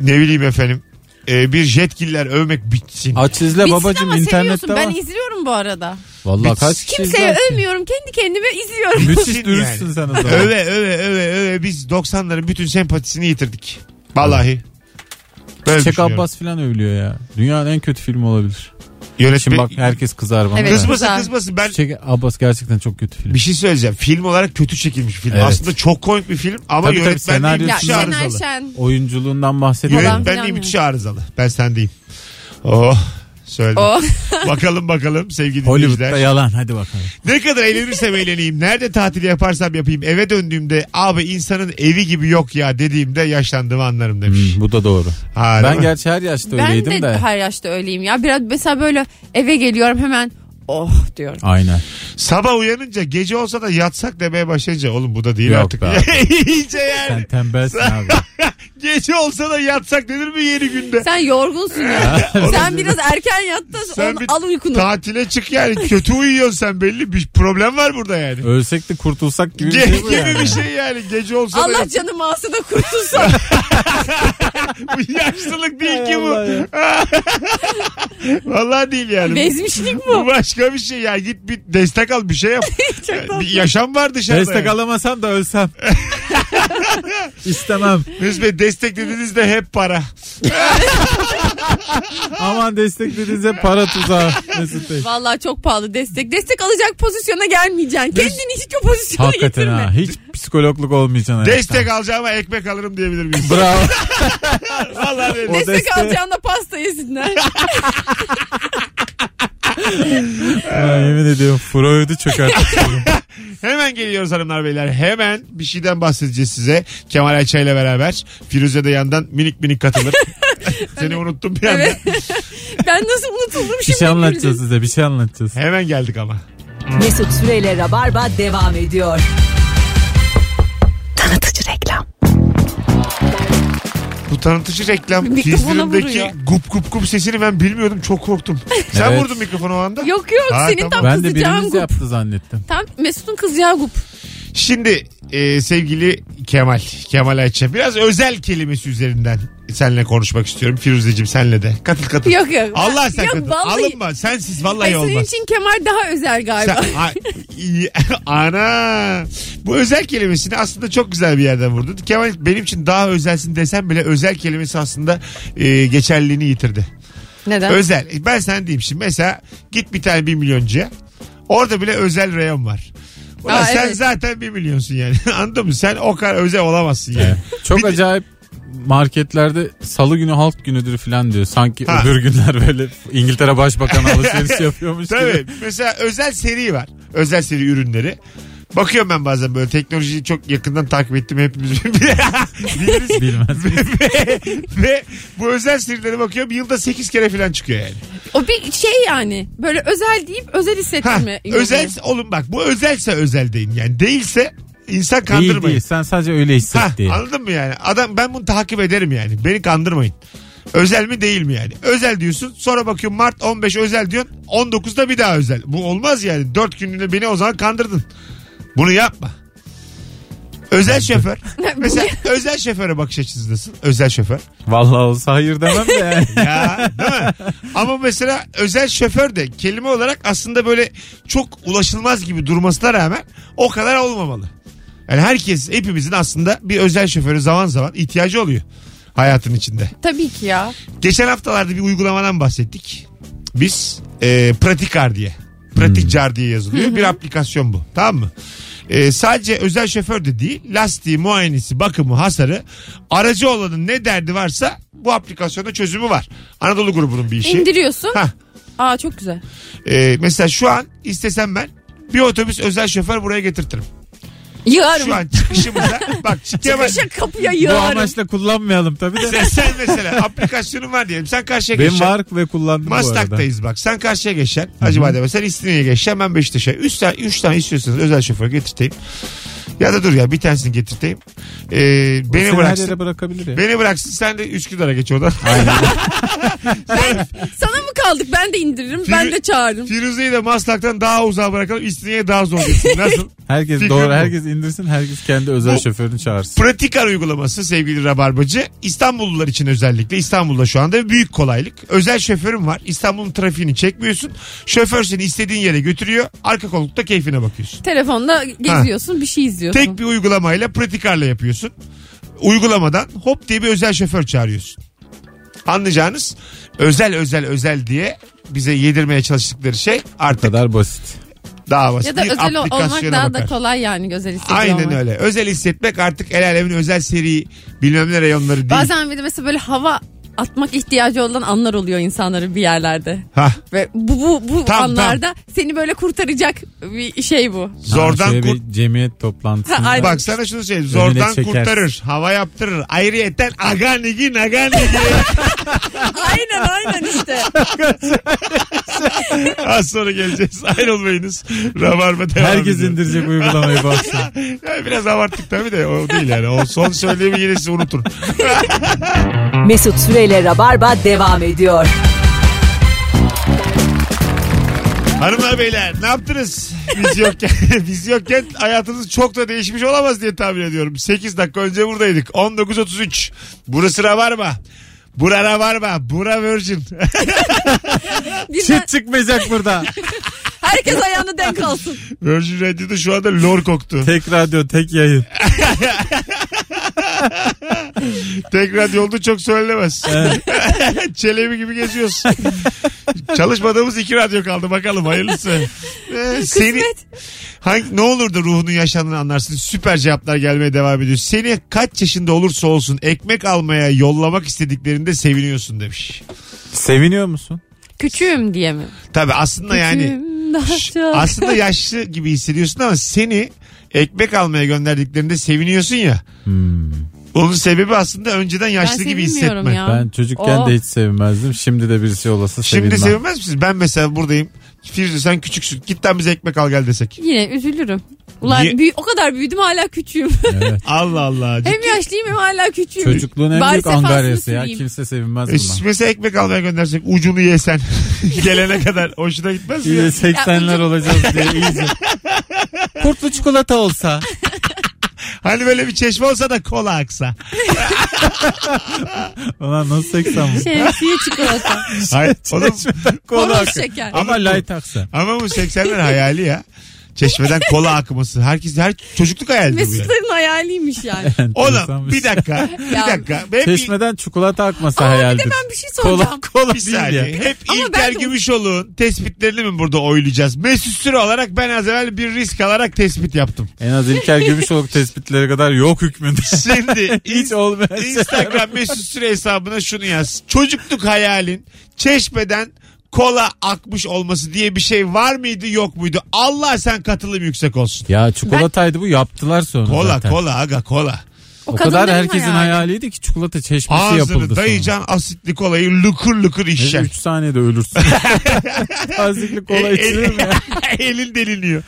[SPEAKER 2] ne bileyim efendim e, bir jetgiller övmek bitsin.
[SPEAKER 4] Aç izle
[SPEAKER 3] Bitsin
[SPEAKER 4] babacım
[SPEAKER 3] ama
[SPEAKER 4] internette
[SPEAKER 3] seviyorsun.
[SPEAKER 4] var.
[SPEAKER 3] Ben izliyorum bu arada.
[SPEAKER 4] Vallahi
[SPEAKER 2] Bitsin.
[SPEAKER 4] kaç kişi
[SPEAKER 3] Kimseye
[SPEAKER 4] izlersin?
[SPEAKER 3] övmüyorum. Kendi kendime izliyorum.
[SPEAKER 4] Müthiş
[SPEAKER 2] yani.
[SPEAKER 4] dürüstsün sen o zaman.
[SPEAKER 2] öve öve öve öve biz 90'ların bütün sempatisini yitirdik. Vallahi. Böyle
[SPEAKER 4] Çek
[SPEAKER 2] düşünüyorum.
[SPEAKER 4] Abbas falan övülüyor ya. Dünyanın en kötü filmi olabilir. Şimdi
[SPEAKER 2] Yönetmen.
[SPEAKER 4] bak herkes kızar bana.
[SPEAKER 3] Evet.
[SPEAKER 4] da.
[SPEAKER 2] kızmasın
[SPEAKER 3] Güzel.
[SPEAKER 2] kızmasın ben
[SPEAKER 4] Çek Abbas gerçekten çok kötü film.
[SPEAKER 2] bir şey söyleyeceğim. Film olarak kötü çekilmiş film.
[SPEAKER 4] Evet.
[SPEAKER 2] Aslında çok komik bir film ama
[SPEAKER 4] Tabii tabii,
[SPEAKER 2] yönetmenliği
[SPEAKER 4] senaryosu-
[SPEAKER 3] ya
[SPEAKER 2] müthiş
[SPEAKER 4] Şener
[SPEAKER 3] Şener
[SPEAKER 2] arızalı.
[SPEAKER 3] Şen.
[SPEAKER 4] Oyunculuğundan bahsediyorum.
[SPEAKER 3] Falan.
[SPEAKER 2] Yönetmenliği
[SPEAKER 3] filan
[SPEAKER 2] müthiş arızalı. Ben sendeyim. Oh söyledim.
[SPEAKER 3] O.
[SPEAKER 2] bakalım bakalım sevgili dinleyiciler.
[SPEAKER 4] Hollywood'da yalan hadi bakalım.
[SPEAKER 2] Ne kadar eğlenirsem eğleneyim. Nerede tatili yaparsam yapayım. Eve döndüğümde abi insanın evi gibi yok ya dediğimde yaşlandığımı anlarım demiş.
[SPEAKER 4] Hmm, bu da doğru.
[SPEAKER 2] Ha, değil
[SPEAKER 4] Ben
[SPEAKER 2] mi?
[SPEAKER 4] gerçi her yaşta
[SPEAKER 3] Ben
[SPEAKER 4] öyleydim
[SPEAKER 3] de,
[SPEAKER 4] de.
[SPEAKER 3] her yaşta öyleyim ya. Biraz mesela böyle eve geliyorum hemen oh diyorum.
[SPEAKER 4] Aynen.
[SPEAKER 2] Sabah uyanınca gece olsa da yatsak demeye başlayınca oğlum bu da değil
[SPEAKER 4] Yok
[SPEAKER 2] artık.
[SPEAKER 4] be abi.
[SPEAKER 2] İyice yani.
[SPEAKER 4] Sen tembelsin abi.
[SPEAKER 2] Gece olsa da yatsak denir mi yeni günde?
[SPEAKER 3] Sen yorgunsun ya. sen biraz erken yattın.
[SPEAKER 2] Sen bir
[SPEAKER 3] al uykunu.
[SPEAKER 2] Tatile çık yani kötü uyuyorsun sen belli bir problem var burada yani.
[SPEAKER 4] Ölsek de kurtulsak gibi bir
[SPEAKER 2] Ge-
[SPEAKER 4] şey bu
[SPEAKER 2] gibi
[SPEAKER 4] yani.
[SPEAKER 2] bir şey yani gece olsa da
[SPEAKER 3] Allah
[SPEAKER 2] yat-
[SPEAKER 3] canım da kurtulsun.
[SPEAKER 2] bu yaşlılık değil ki bu.
[SPEAKER 4] Allah ya.
[SPEAKER 2] Vallahi değil yani.
[SPEAKER 3] Bezmişlik
[SPEAKER 2] Bu
[SPEAKER 3] bu.
[SPEAKER 2] başka bir şey ya git bir destek al bir şey yap. bir yaşam var dışarıda.
[SPEAKER 4] Destek
[SPEAKER 2] yani.
[SPEAKER 4] alamasam da ölsem. İstemem.
[SPEAKER 2] Mesut Bey desteklediğinizde hep para.
[SPEAKER 4] Aman desteklediğinize para tuzağı Mesut Bey.
[SPEAKER 3] Vallahi çok pahalı destek. Destek alacak pozisyona gelmeyeceksin. Kendini hiç o pozisyona
[SPEAKER 4] Hakikaten
[SPEAKER 3] getirme.
[SPEAKER 4] ha. Hiç psikologluk olmayacaksın.
[SPEAKER 2] Destek alacağıma ekmek alırım diyebilir miyiz?
[SPEAKER 4] hayattan. Bravo.
[SPEAKER 2] Vallahi
[SPEAKER 4] O
[SPEAKER 2] öyle.
[SPEAKER 3] Destek,
[SPEAKER 4] destek-
[SPEAKER 3] alacağında pasta yesinler.
[SPEAKER 4] Ha, yemin ediyorum Freud'u çökerttim.
[SPEAKER 2] Hemen geliyoruz hanımlar beyler. Hemen bir şeyden bahsedeceğiz size. Kemal Ayça ile beraber. Firuze de yandan minik minik katılır. Seni unuttum bir anda.
[SPEAKER 3] Evet. ben nasıl unutuldum
[SPEAKER 4] bir
[SPEAKER 3] şimdi.
[SPEAKER 4] şey anlatacağız size bir şey anlatacağız.
[SPEAKER 2] Hemen geldik ama.
[SPEAKER 1] Mesut Süreyle Rabarba devam ediyor.
[SPEAKER 2] Bu tanıtıcı reklam
[SPEAKER 3] Mikrofona
[SPEAKER 2] filmdeki
[SPEAKER 3] vuruyor.
[SPEAKER 2] gup gup gup sesini ben bilmiyordum. Çok korktum. Sen
[SPEAKER 4] Evet.
[SPEAKER 2] vurdun mikrofonu o anda.
[SPEAKER 3] Yok yok
[SPEAKER 2] Ha, tamam.
[SPEAKER 3] senin tam
[SPEAKER 4] Ben de
[SPEAKER 3] kızacağın
[SPEAKER 4] birimiz
[SPEAKER 3] grup.
[SPEAKER 4] yaptı zannettim.
[SPEAKER 3] Tam Mesut'un kızacağı grup.
[SPEAKER 2] Şimdi e, sevgili Kemal, Kemal Ayça biraz özel kelimesi üzerinden seninle konuşmak istiyorum. Firuzeciğim senle de. Katıl katıl.
[SPEAKER 3] Yok yok.
[SPEAKER 2] Allah sen
[SPEAKER 3] Yok,
[SPEAKER 2] katıl.
[SPEAKER 3] vallahi-
[SPEAKER 2] Alınma. Sensiz vallahi
[SPEAKER 3] Ay, senin
[SPEAKER 2] olmaz.
[SPEAKER 3] için kemer daha özel galiba.
[SPEAKER 2] Sen- A- İyi. ana. Bu özel kelimesini aslında çok güzel bir yerden vurdun. Kemal benim için daha özelsin desem bile özel kelimesi aslında e, geçerliliğini yitirdi.
[SPEAKER 3] Neden?
[SPEAKER 2] Özel. E, Ben sen diyeyim şimdi. Mesela git bir tane bir milyoncuya. Orada bile özel reyon var. Ulan
[SPEAKER 3] Aa,
[SPEAKER 2] sen
[SPEAKER 3] evet.
[SPEAKER 2] zaten bir milyonsun yani. Anladın mı? Sen o kadar özel olamazsın yani.
[SPEAKER 4] Çok
[SPEAKER 2] Bir de-
[SPEAKER 4] acayip marketlerde salı günü halk günüdür falan diyor. Sanki
[SPEAKER 2] Ha.
[SPEAKER 4] öbür günler böyle İngiltere Başbakanı alışveriş yapıyormuş
[SPEAKER 2] Tabii.
[SPEAKER 4] gibi.
[SPEAKER 2] Mesela özel seri var. Özel seri ürünleri. Bakıyorum ben bazen böyle teknolojiyi çok yakından takip ettim hepimiz biliriz.
[SPEAKER 4] Bilmez.
[SPEAKER 2] ve, ve bu özel serilere bakıyorum yılda 8 kere falan çıkıyor yani.
[SPEAKER 3] O bir şey yani böyle özel deyip özel
[SPEAKER 2] Ha,
[SPEAKER 3] hissettirme. yolu.
[SPEAKER 2] özel oğlum bak bu özelse özel deyin yani değilse insan
[SPEAKER 4] Değil değil.
[SPEAKER 2] kandırmayın.
[SPEAKER 4] Sen sadece öyle
[SPEAKER 2] Ha,
[SPEAKER 4] hisset diye.
[SPEAKER 2] anladın mı yani? Adam ben bunu takip ederim yani. Beni kandırmayın. Özel mi değil mi yani? Özel diyorsun. Sonra bakıyorum Mart 15 özel diyorsun. 19'da bir daha özel. Bu olmaz yani. 4 günlüğüne beni o zaman kandırdın. Bunu yapma. Özel şoför. Mesela özel şoföre bakış açısındasın. Özel şoför.
[SPEAKER 4] Vallahi olsa hayır demem de yani.
[SPEAKER 2] Ya değil mi? Ama mesela özel şoför de kelime olarak aslında böyle çok ulaşılmaz gibi durmasına rağmen o kadar olmamalı. Yani herkes hepimizin aslında bir özel şoförü zaman zaman ihtiyacı oluyor hayatın içinde.
[SPEAKER 3] Tabii ki ya.
[SPEAKER 2] Geçen haftalarda bir uygulamadan bahsettik. Biz e, Pratikar diye. Pratikcar diye yazılıyor. Bir aplikasyon bu. Tamam mı? E, sadece özel şoför de değil lastiği, muayenesi, bakımı, hasarı aracı olanın ne derdi varsa bu aplikasyonda çözümü var. Anadolu grubunun bir
[SPEAKER 3] Şey-
[SPEAKER 2] işi.
[SPEAKER 3] İndiriyorsun.
[SPEAKER 2] Hah.
[SPEAKER 3] Aa çok güzel.
[SPEAKER 2] E, mesela şu an istesem ben bir otobüs özel şoför buraya getirtirim.
[SPEAKER 3] Yığarım.
[SPEAKER 2] Şu an çıkışımıza bak çıkışa
[SPEAKER 3] Kışa kapıya
[SPEAKER 4] Bu
[SPEAKER 3] yığarım.
[SPEAKER 4] amaçla kullanmayalım tabii de.
[SPEAKER 2] sen, sen mesela aplikasyonun var diyelim. Sen karşıya
[SPEAKER 4] Benim
[SPEAKER 2] geçeceksin.
[SPEAKER 4] var ve kullandım bu arada.
[SPEAKER 2] Maslak'tayız bak. Sen karşıya geçeceksin. Acıbadem'e sen İstinye'ye geçeceksin. Ben Beşiktaş'a. Üç tane, üç tane istiyorsanız özel şoför getirteyim. Ya da dur ya bir tanesini getirteyim. Ee, beni
[SPEAKER 4] Seni her
[SPEAKER 2] bıraksın.
[SPEAKER 4] yere bırakabilir ya.
[SPEAKER 2] Beni bıraksın sen de Üsküdar'a geç oradan.
[SPEAKER 3] Sana mı kaldık? Ben de indiririm. Ben de çağırırım.
[SPEAKER 2] Firuze'yi de Maslak'tan daha uzağa bırakalım. İstinye'ye daha zor gitsin. Nasıl?
[SPEAKER 4] Herkes
[SPEAKER 2] Fikrim
[SPEAKER 4] doğru
[SPEAKER 2] bu.
[SPEAKER 4] herkes indirsin herkes kendi özel
[SPEAKER 2] Bu-
[SPEAKER 4] şoförünü çağırsın.
[SPEAKER 2] Pratikar uygulaması sevgili Rabarbacı. İstanbullular için özellikle İstanbul'da şu anda büyük kolaylık. Özel şoförüm var. İstanbul'un trafiğini çekmiyorsun. Şoför seni istediğin yere götürüyor. Arka koltukta keyfine bakıyorsun.
[SPEAKER 3] Telefonda geziyorsun, bir şey izliyorsun.
[SPEAKER 2] Tek bir uygulamayla pratikarla yapıyorsun. Uygulamadan hop diye bir özel şoför çağırıyorsun. Anlayacağınız özel özel özel diye bize yedirmeye çalıştıkları şey
[SPEAKER 4] Bu
[SPEAKER 2] artık
[SPEAKER 4] kadar basit.
[SPEAKER 2] daha basit.
[SPEAKER 3] ya da
[SPEAKER 2] bir
[SPEAKER 3] özel ol- olmak
[SPEAKER 2] aplikasyona
[SPEAKER 3] daha da
[SPEAKER 2] bakar.
[SPEAKER 3] kolay yani gözel hissediyor
[SPEAKER 2] Aynen
[SPEAKER 3] olmak.
[SPEAKER 2] öyle. Özel hissetmek artık el alemin özel seri bilmem ne reyonları değil.
[SPEAKER 3] Bazen bir de mesela böyle hava atmak ihtiyacı olan anlar oluyor insanların bir yerlerde.
[SPEAKER 2] Hah,
[SPEAKER 3] Ve bu bu bu
[SPEAKER 2] Tam,
[SPEAKER 3] anlarda seni böyle kurtaracak bir şey bu.
[SPEAKER 4] Ama
[SPEAKER 2] zordan
[SPEAKER 4] şöyle
[SPEAKER 2] kurt...
[SPEAKER 4] bir cemiyet toplantısı.
[SPEAKER 3] Ha, aynen.
[SPEAKER 2] Bak sana şunu söyleyeyim. Zordan
[SPEAKER 4] çekersin.
[SPEAKER 2] kurtarır. Hava yaptırır. Ayrıyeten aganigi naganigi.
[SPEAKER 3] aynen aynen işte.
[SPEAKER 2] Az sonra geleceğiz. Ayrılmayınız. Rabarba devam
[SPEAKER 4] Herkes
[SPEAKER 2] ediyor.
[SPEAKER 4] indirecek uygulamayı baksın.
[SPEAKER 2] Ya biraz abarttık tabii de o değil yani. O son söylemi yine siz unutun.
[SPEAKER 1] Mesut Süreyle Rabarba devam ediyor.
[SPEAKER 2] Hanımlar beyler ne yaptınız? Biz yokken, biz yokken hayatınız çok da değişmiş olamaz diye tahmin ediyorum. 8 dakika önce buradaydık. 19.33. Burası Rabarba. Bura Rabarba. Bura Virgin.
[SPEAKER 3] Birden
[SPEAKER 4] Çıt çıkmayacak burada.
[SPEAKER 3] herkes ayağını denk alsın.
[SPEAKER 2] Virgin Radio'da şu anda lor koktu.
[SPEAKER 4] tek radyo tek yayın.
[SPEAKER 2] Tek radyo oldu çok söylenemez. Çelebi gibi geziyoruz. Çalışmadığımız iki radyo kaldı bakalım hayırlısı. Ee, seni, hangi, ne olur da ruhunun yaşandığını anlarsın. Süper cevaplar gelmeye devam ediyor. Seni kaç yaşında olursa olsun ekmek almaya yollamak istediklerinde seviniyorsun demiş.
[SPEAKER 4] Seviniyor musun?
[SPEAKER 3] Küçüğüm diye mi?
[SPEAKER 2] Tabi aslında yani
[SPEAKER 3] Küçüğüm daha
[SPEAKER 2] ş-
[SPEAKER 3] çok.
[SPEAKER 2] aslında yaşlı gibi hissediyorsun ama seni ekmek almaya gönderdiklerinde seviniyorsun ya.
[SPEAKER 4] Hmm.
[SPEAKER 2] Onun sebebi aslında önceden yaşlı gibi
[SPEAKER 3] sevinmiyorum
[SPEAKER 2] hissetmen.
[SPEAKER 3] ya. Oh.
[SPEAKER 4] Ben çocukken
[SPEAKER 3] Oo.
[SPEAKER 4] de hiç sevinmezdim. Şimdi de birisi olası sevinmem.
[SPEAKER 2] Şimdi sevinmez misin? Ben mesela buradayım. Firuze sen küçüksün. Git lan bize ekmek al gel desek.
[SPEAKER 3] Yine üzülürüm. Ulan
[SPEAKER 2] Niye-
[SPEAKER 3] büyü- o kadar büyüdüm hala küçüğüm.
[SPEAKER 4] Evet.
[SPEAKER 2] Allah Allah.
[SPEAKER 3] hem yaşlıyım hem hala küçüğüm.
[SPEAKER 4] Çocukluğun en
[SPEAKER 3] Bari
[SPEAKER 4] büyük
[SPEAKER 3] sefasını
[SPEAKER 4] angaryası ya.
[SPEAKER 3] süreyim.
[SPEAKER 4] Kimse sevinmez
[SPEAKER 2] E,
[SPEAKER 4] buna.
[SPEAKER 2] mesela ekmek almaya göndersek ucunu yesen gelene kadar hoşuna gitmez mi?
[SPEAKER 4] İyi
[SPEAKER 2] ya?
[SPEAKER 4] 80'ler olacağız diye iyice. Kurtlu çikolata olsa.
[SPEAKER 2] Hani böyle bir çeşme olsa da kola aksa.
[SPEAKER 4] Ulan nasıl 80
[SPEAKER 3] Şey-
[SPEAKER 4] bu?
[SPEAKER 3] Şemsiye çikolata.
[SPEAKER 2] Hayır, oğlum,
[SPEAKER 3] Kola şeker.
[SPEAKER 4] Ama light aksa.
[SPEAKER 2] ama bu 80'ler hayali ya. Çeşmeden kola akması. Herkes her çocukluk hayalidir bu ya.
[SPEAKER 3] Mesutların hayaliymiş yani.
[SPEAKER 2] Oğlum bir dakika.
[SPEAKER 3] Ya.
[SPEAKER 2] Bir dakika. Hep,
[SPEAKER 4] Çeşmeden çikolata akmasa
[SPEAKER 3] Aa,
[SPEAKER 4] hayaldir.
[SPEAKER 3] bir de ben bir şey
[SPEAKER 4] Kola
[SPEAKER 3] soracağım.
[SPEAKER 4] kola
[SPEAKER 2] bir
[SPEAKER 4] değil
[SPEAKER 2] saniye.
[SPEAKER 4] ya.
[SPEAKER 2] Hep
[SPEAKER 3] Ama
[SPEAKER 2] İlker
[SPEAKER 3] ben de-
[SPEAKER 2] Gümüşoğlu'nun tespitlerini mi burada oylayacağız? Mesut Süre olarak ben az evvel bir risk alarak tespit yaptım.
[SPEAKER 4] En az İlker Gümüşoluk tespitleri kadar yok hükmünde.
[SPEAKER 2] Şimdi
[SPEAKER 4] Hiç olmayan şey.
[SPEAKER 2] Instagram Mesut Süre hesabına şunu yaz. Çocukluk hayalin çeşmeden kola akmış olması diye bir şey var mıydı yok muydu? Allah sen katılım yüksek olsun.
[SPEAKER 4] Ya çikolataydı bu yaptılar sonra
[SPEAKER 2] Kola
[SPEAKER 4] zaten.
[SPEAKER 2] kola aga kola.
[SPEAKER 4] O kadar
[SPEAKER 3] kadınların
[SPEAKER 4] herkesin
[SPEAKER 3] hayali.
[SPEAKER 4] hayaliydi ki çikolata çeşmesi yapıldı
[SPEAKER 2] Ağzını
[SPEAKER 4] sonra.
[SPEAKER 2] dayayacaksın asitli kolayı lukur lukur işeceksin.
[SPEAKER 4] 3 saniyede ölürsün. Azıcık kola
[SPEAKER 2] E-
[SPEAKER 4] içilir mi? ya?
[SPEAKER 2] Elin deliniyor.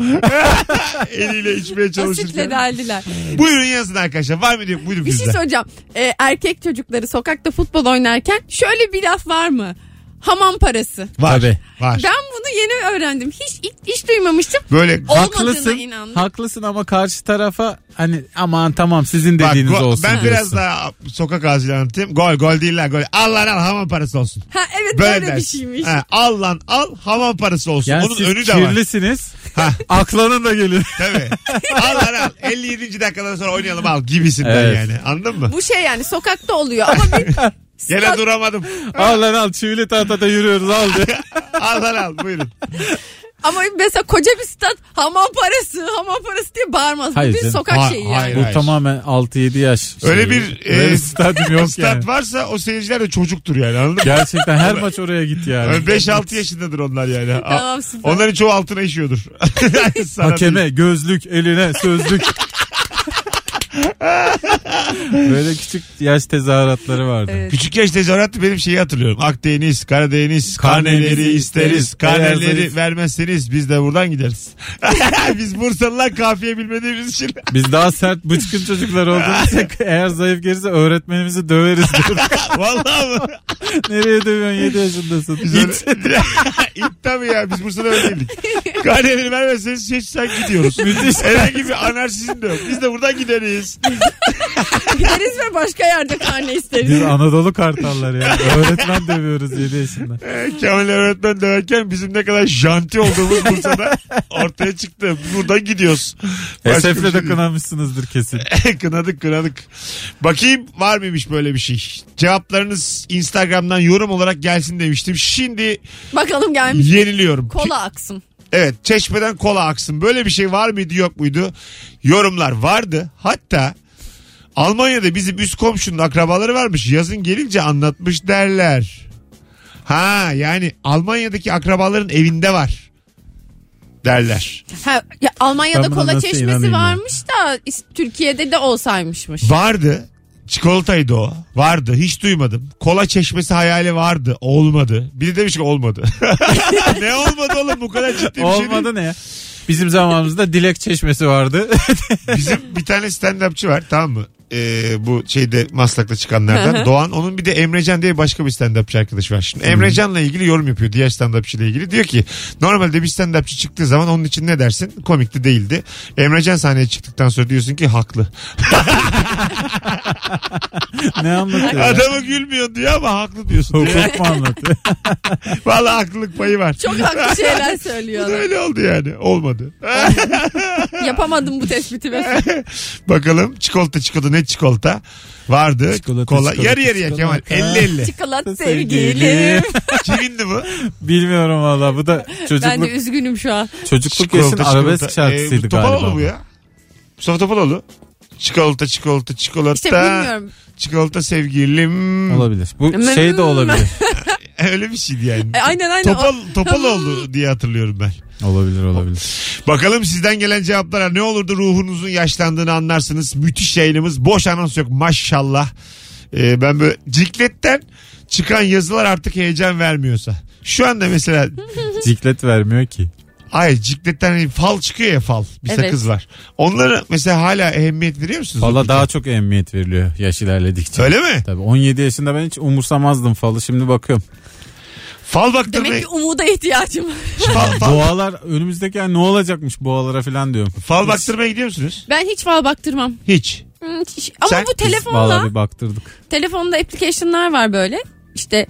[SPEAKER 2] Eliyle içmeye
[SPEAKER 3] Asitle
[SPEAKER 2] çalışırken.
[SPEAKER 3] deldiler.
[SPEAKER 2] Buyurun yazın arkadaşlar. Var mı diyor? Buyurun
[SPEAKER 3] Bir şey
[SPEAKER 2] bizden.
[SPEAKER 3] soracağım. Ee, erkek çocukları sokakta futbol oynarken şöyle bir laf var mı? Hamam parası.
[SPEAKER 2] Var.
[SPEAKER 4] Tabii.
[SPEAKER 2] Var.
[SPEAKER 3] Ben bunu yeni öğrendim. Hiç hiç, hiç duymamıştım.
[SPEAKER 2] Böyle
[SPEAKER 3] Olmadığına
[SPEAKER 4] Haklısın.
[SPEAKER 3] inandım.
[SPEAKER 4] Haklısın ama karşı tarafa hani aman tamam sizin dediğiniz
[SPEAKER 2] Bak, go-
[SPEAKER 4] olsun.
[SPEAKER 2] Ben biraz
[SPEAKER 4] diyorsun.
[SPEAKER 2] daha sokak ağzıyla anlatayım. Gol gol değil lan gol. Al lan al hamam parası olsun.
[SPEAKER 3] Ha evet
[SPEAKER 2] Böyle
[SPEAKER 3] böyle, bir
[SPEAKER 2] dersin.
[SPEAKER 3] şeymiş.
[SPEAKER 2] Ha, al lan al hamam parası olsun.
[SPEAKER 4] Yani
[SPEAKER 2] Onun
[SPEAKER 4] siz
[SPEAKER 2] önü de var.
[SPEAKER 4] kirlisiniz.
[SPEAKER 2] Ha,
[SPEAKER 4] Aklanın da gelir.
[SPEAKER 2] tabii. al lan al. 57. dakikadan sonra oynayalım al gibisinden
[SPEAKER 4] Evet.
[SPEAKER 2] yani. Anladın mı?
[SPEAKER 3] Bu şey yani sokakta oluyor ama bir
[SPEAKER 2] Gene duramadım.
[SPEAKER 4] al lan al çivili tahtada yürüyoruz al diye.
[SPEAKER 2] al lan al buyurun.
[SPEAKER 3] Ama mesela koca bir stat hamam parası hamam parası diye bağırmaz.
[SPEAKER 4] Hayır
[SPEAKER 3] bir
[SPEAKER 4] canım.
[SPEAKER 3] sokak
[SPEAKER 2] Ha-
[SPEAKER 3] şeyi yani.
[SPEAKER 2] hayır.
[SPEAKER 4] Bu tamamen 6-7 yaş.
[SPEAKER 2] Öyle
[SPEAKER 4] şeyi.
[SPEAKER 2] bir,
[SPEAKER 4] Şey, Öyle
[SPEAKER 2] e,
[SPEAKER 4] bir stadyum yok
[SPEAKER 2] Stat
[SPEAKER 4] yani.
[SPEAKER 2] varsa o seyirciler de çocuktur yani anladın mı?
[SPEAKER 4] Gerçekten her maç oraya git yani.
[SPEAKER 2] Yani 5-6 yaşındadır onlar yani. A-
[SPEAKER 3] Tamam, süper.
[SPEAKER 2] Onların çoğu altına işiyordur. Sana değil.
[SPEAKER 4] Hakeme, gözlük, eline, sözlük. Böyle küçük yaş tezahüratları vardı.
[SPEAKER 3] Evet.
[SPEAKER 2] Küçük yaş tezahüratı benim şeyi hatırlıyorum. Akdeniz, Karadeniz,
[SPEAKER 4] Karnenizi
[SPEAKER 2] karneleri isteriz.
[SPEAKER 4] isteriz.
[SPEAKER 2] Karneleri
[SPEAKER 4] Beyazlarız.
[SPEAKER 2] vermezseniz biz de buradan gideriz. biz Bursalılar kafiye bilmediğimiz için.
[SPEAKER 4] Biz daha sert bıçkın çocuklar olduğumuzda eğer zayıf gelirse öğretmenimizi döveriz diyor.
[SPEAKER 2] Vallahi mı?
[SPEAKER 4] Nereye dövüyorsun 7 yaşındasın. İt.
[SPEAKER 2] İt tabii ya biz Bursa'da öyle değildik. Karneleri vermezseniz hiç sen gidiyoruz.
[SPEAKER 4] Müthiş.
[SPEAKER 2] Herhangi bir anarşizm de yok. Biz de buradan gideriz.
[SPEAKER 3] Gideriz ve başka yerde karne isteriz.
[SPEAKER 4] Biz Anadolu kartallar ya. Öğretmen dövüyoruz 7 yaşında.
[SPEAKER 2] Ee, Kemal öğretmen döverken bizim ne kadar janti olduğumuz Bursa'da ortaya çıktı. Buradan gidiyoruz. Başka bir
[SPEAKER 4] Esef'le
[SPEAKER 2] şey
[SPEAKER 4] E de
[SPEAKER 2] değil.
[SPEAKER 4] kınamışsınızdır kesin.
[SPEAKER 2] kınadık kınadık. Bakayım var mıymış böyle bir şey. Cevaplarınız Instagram'dan yorum olarak gelsin demiştim. Şimdi
[SPEAKER 3] Bakalım gelmiş.
[SPEAKER 2] yeniliyorum.
[SPEAKER 3] Kola aksın.
[SPEAKER 2] Evet çeşmeden kola aksın. Böyle bir şey var mıydı yok muydu? Yorumlar vardı. Hatta Almanya'da bizim üst komşunun akrabaları varmış. Yazın gelince anlatmış derler. Ha yani Almanya'daki akrabaların evinde var derler.
[SPEAKER 3] Ha, ya Almanya'da
[SPEAKER 4] Ben buna
[SPEAKER 3] kola
[SPEAKER 4] nasıl
[SPEAKER 3] çeşmesi
[SPEAKER 4] inanayım ya?
[SPEAKER 3] varmış da is- Türkiye'de de olsaymışmış.
[SPEAKER 2] Vardı. Çikolataydı o. Vardı. Hiç duymadım. Kola çeşmesi hayali vardı. Olmadı. Biri demiş ki olmadı. ne olmadı oğlum bu kadar ciddi bir şey değil.
[SPEAKER 4] Olmadı ne ya? Bizim zamanımızda dilek çeşmesi vardı.
[SPEAKER 2] Bizim bir tane stand-upçı var tamam mı? Ee, bu şeyde Maslak'ta çıkanlardan. Doğan onun bir de Emrecan diye başka bir stand-upçı arkadaş var. Şimdi Emrecan'la ilgili yorum yapıyor diğer stand-upçı ile ilgili. Diyor ki normalde bir stand-upçı çıktığı zaman onun için ne dersin? Komikti değildi. Emrecan sahneye çıktıktan sonra diyorsun ki haklı.
[SPEAKER 4] ne anlatıyor? ya?
[SPEAKER 2] Adama gülmüyor diyor ama haklı diyorsun. diyor.
[SPEAKER 4] Hukuk mu anlatıyor?
[SPEAKER 2] Vallahi haklılık payı var. Ee,
[SPEAKER 3] Çok haklı şeyler
[SPEAKER 2] Bu da
[SPEAKER 3] söylüyorlar.
[SPEAKER 2] öyle oldu yani. Olmadı.
[SPEAKER 3] Yapamadım bu tespiti ve
[SPEAKER 2] Bakalım çikolata çikolata ne çikolata vardı.
[SPEAKER 4] Çikolata,
[SPEAKER 2] Kola.
[SPEAKER 4] çikolata,
[SPEAKER 2] yarı yarıya Kemal.
[SPEAKER 4] çikolata.
[SPEAKER 2] 50-50.
[SPEAKER 3] çikolata sevgilim.
[SPEAKER 4] Sevgilim.
[SPEAKER 2] Kimindi bu?
[SPEAKER 4] Bilmiyorum valla bu da
[SPEAKER 3] Ben de
[SPEAKER 4] çocukluk
[SPEAKER 3] üzgünüm şu an.
[SPEAKER 4] çocukluk yaşın arabesk şarkısıydı
[SPEAKER 2] Ee, bu
[SPEAKER 4] galiba.
[SPEAKER 2] Topaloğlu bu ya. Mustafa Topaloğlu. Çikolata çikolata çikolata.
[SPEAKER 3] İşte bilmiyorum.
[SPEAKER 2] Çikolata sevgilim.
[SPEAKER 4] Olabilir. Bu şey de olabilir.
[SPEAKER 2] Öyle bir şeydi yani.
[SPEAKER 3] E, aynen aynen.
[SPEAKER 2] Topal,
[SPEAKER 3] O-
[SPEAKER 2] Topaloğlu diye hatırlıyorum ben.
[SPEAKER 4] Olabilir olabilir.
[SPEAKER 2] Bakalım sizden gelen cevaplara ne olurdu ruhunuzun yaşlandığını anlarsınız. Müthiş yayınımız. Boş anons yok maşallah. Ee, ben böyle cikletten çıkan yazılar artık heyecan vermiyorsa. Şu anda mesela
[SPEAKER 4] Ciklet vermiyor ki.
[SPEAKER 2] ay cikletten hani fal çıkıyor ya fal bir
[SPEAKER 3] Evet.
[SPEAKER 2] sakız var. Onlara mesela hala ehemmiyet veriyor musunuz?
[SPEAKER 4] Fala daha çok emniyet veriliyor yaş ilerledikçe.
[SPEAKER 2] Öyle mi?
[SPEAKER 4] Tabii 17 yaşında ben hiç umursamazdım falı şimdi bakıyorum.
[SPEAKER 2] Fal
[SPEAKER 3] Demek
[SPEAKER 2] baktırmayı
[SPEAKER 3] ki umuda ihtiyacım var.
[SPEAKER 2] fal, fal,
[SPEAKER 4] Boğalar önümüzdeki ay ne olacakmış boğalara falan diyorum.
[SPEAKER 2] fal baktırmaya gidiyor musunuz?
[SPEAKER 3] Ben hiç fal baktırmam.
[SPEAKER 2] Hiç.
[SPEAKER 3] Hmm, hiç- Ama
[SPEAKER 2] Sen-
[SPEAKER 3] bu telefonla
[SPEAKER 4] Valla bir baktırdık.
[SPEAKER 3] telefonda application'lar var böyle. İşte